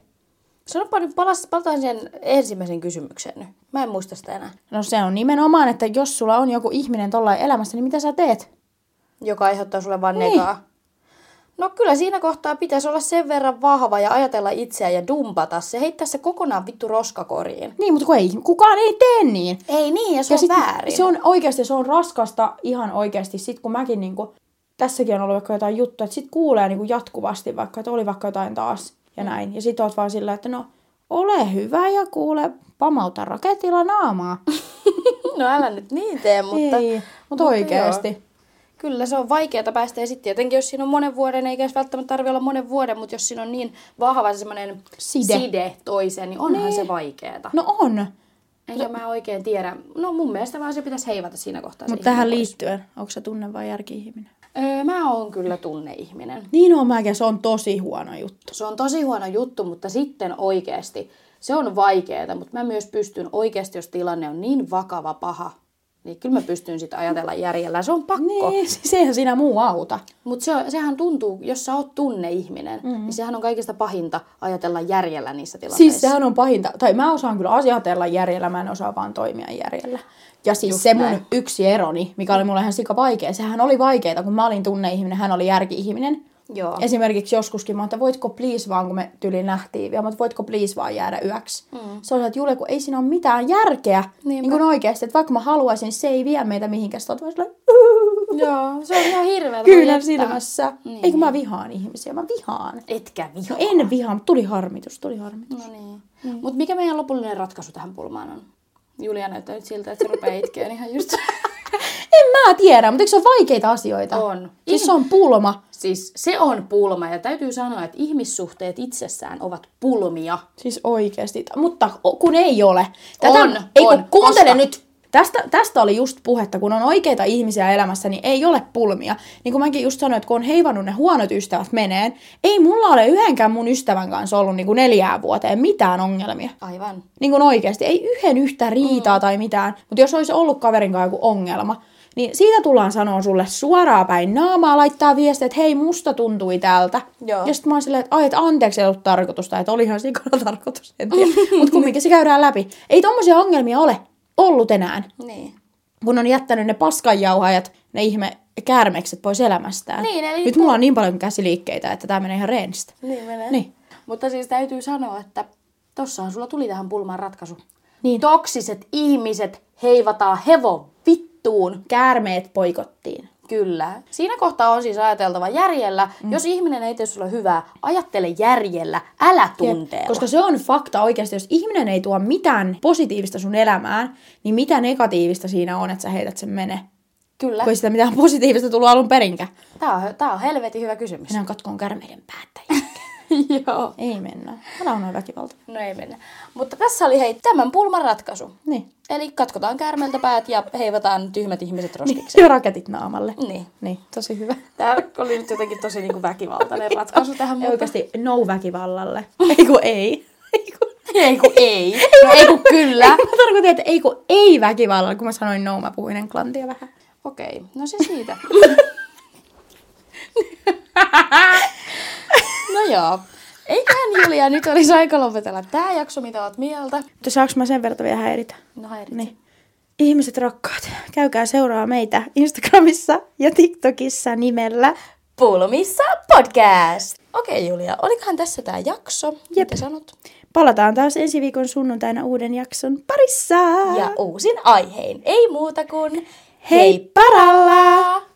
Sanopa nyt, palas- palataan siihen ensimmäisen kysymykseen nyt. Mä en muista sitä enää. No se on nimenomaan, että jos sulla on joku ihminen tollain elämässä, niin mitä sä teet? Joka aiheuttaa sulle vaan Niin. negaa. No kyllä siinä kohtaa pitäisi olla sen verran vahva ja ajatella itseä ja dumpata se. Heittää se kokonaan vittu roskakoriin. Niin, mutta kun ei, kukaan ei tee niin. Ei niin, ja se ja on sit väärin. Se on oikeasti, se on raskasta ihan oikeasti. Sitten kun mäkin niin kuin, tässäkin on ollut vaikka jotain juttuja, että sit kuulee niin kuin jatkuvasti vaikka, että oli vaikka jotain taas ja näin. Ja sit oot vaan sillä, että no ole hyvä ja kuule, pamauta raketilla naamaa. No älä nyt niin tee, mutta... Ei, mutta joo. oikeasti. Kyllä se on vaikeaa päästä ja sitten tietenkin, jos siinä on monen vuoden, eikä edes välttämättä tarvitse olla monen vuoden, mutta jos siinä on niin vahva semmoinen Side. side toiseen, niin onhan se vaikeaa. No on. Enkä mä oikein tiedä. No mun mielestä vaan se pitäisi heivata siinä kohtaa. se Mutta tähän ihminen liittyen, onko se tunne vai järki-ihminen? pois. Öö, mä oon kyllä tunneihminen. Niin on mäkin, ja se on tosi huono juttu. Se on tosi huono juttu, mutta sitten oikeasti se on vaikeaa, mutta mä myös pystyn oikeasti, jos tilanne on niin vakava paha, niin kyllä mä pystyn sitä ajatella järjellä. Se on pakko. Niin, siis eihän siinä muu auta. Mutta se, sehän tuntuu, jos sä oot tunneihminen, mm-hmm. niin sehän on kaikista pahinta ajatella järjellä niissä tilanteissa. Siis sehän on pahinta. Tai mä osaan kyllä ajatella järjellä, mä en osaa vaan toimia järjellä. Ja siis Just Just se mun näin. näin. yksi eroni, mikä oli mulle ihan sika vaikea. Sehän oli vaikeeta, kun mä olin tunneihminen, hän oli järki-ihminen. Joo. Esimerkiksi joskuskin mä oon, että voitko please vaan, kun me tyli nähtiin vielä, mutta voitko please vaan jäädä yöksi. Mm. Se oli, että Jule, kun ei siinä ole mitään järkeä. Niin kuin oikeasti, että vaikka mä haluaisin, niin se ei vie meitä mihinkään. Sitten oot vaan sillä, Joo, se on ihan hirveä. Kyllä silmässä. Niin. Eikö mä vihaan ihmisiä? Mä vihaan. Etkä vihaa. No en vihaa, mutta tuli harmitus, tuli harmitus. No niin. Mm. Mutta mikä meidän lopullinen ratkaisu tähän pulmaan on? Julia näyttää nyt siltä, että se rupeaa itkeä ihan just. En mä tiedä, mutta eikö se ole vaikeita asioita? On. Siis se on pulma. siis se on pulma ja täytyy sanoa, että ihmissuhteet itsessään ovat pulmia. Siis oikeasti. Mutta o- kun ei ole. On, ei, kun on, kuuntele koska- nyt. Tästä, tästä oli just puhetta, kun on oikeita ihmisiä elämässä, niin ei ole pulmia. Niin kuin mäkin just sanoin, että kun on heivannut ne huonot ystävät meneen, ei mulla ole yhdenkään mun ystävän kanssa ollut niin kuin neljään vuoteen mitään ongelmia. Aivan. Niin kuin oikeasti, ei yhden yhtä riitaa mm. tai mitään, mutta jos olisi ollut kaverin kanssa joku ongelma, niin siitä tullaan sanoa sulle suoraan päin naamaa, laittaa viestiä, että hei, musta tuntui tältä. Joo. Ja sitten mä oon silleen, että, ai, että anteeksi ei ollut tarkoitusta, että olihan sikana tarkoitus, en tiedä. mutta kumminkin se käydään läpi. Ei tommosia ongelmia ole ollut enää, Niin. kun on jättänyt ne paskanjauhajat, ne ihme käärmekset pois elämästään. Niin, eli- Nyt mulla on niin paljon käsiliikkeitä, että tämä menee ihan reenistä. Niin menee. Niin. Mutta siis täytyy sanoa, että tossahan sulla tuli tähän pulmaan ratkaisu. Niin. Toksiset ihmiset heivataan hevon vittuun. Käärmeet poikottiin. Kyllä. Siinä kohtaa on siis ajateltava järjellä. Mm. Jos ihminen ei tee sulle hyvää, ajattele järjellä, älä Jep, tunteella. Koska se on fakta oikeasti, jos ihminen ei tuo mitään positiivista sun elämään, niin mitä negatiivista siinä on, että sä heität sen mene? Kyllä. Kun ei sitä mitään positiivista tullut alun perinkään. Tää on, tää on helvetin hyvä kysymys. Mennään katkoon kärmeiden päättäjiä. Joo. ei mennä. Älä on väkivalta. No ei mennä. Mutta tässä oli hei tämän pulman ratkaisu. Niin. Eli katkotaan käärmeeltä päät ja heivataan tyhmät ihmiset roskiksi. Ja raketit naamalle. Niin. Niin, tosi hyvä. Tämä oli nyt jotenkin tosi niin kuin väkivaltainen ratkaisu tähän Ei mutta- oikeasti no väkivallalle. ei kun ei. Ei kun, Ei kun ei. No, ei kun kyllä. mä tarkoitin, että ei kun ei väkivallalle, kun mä sanoin no, mä puhuin englantia vähän. Okei, no se siitä. no joo. Eiköhän Julia, nyt olisi aika lopetella tämä jakso, mitä oot mieltä. Mutta saanko mä sen verran vielä häiritä? No häiritse. Niin. Ihmiset rakkaat, käykää seuraa meitä Instagramissa ja TikTokissa nimellä. Pulmissa podcast! Okei Julia, olikohan tässä tämä jakso? Jep. Mitä sanot? Palataan taas ensi viikon sunnuntaina uuden jakson parissa. Ja uusin aihein. Ei muuta kuin Hei paralla!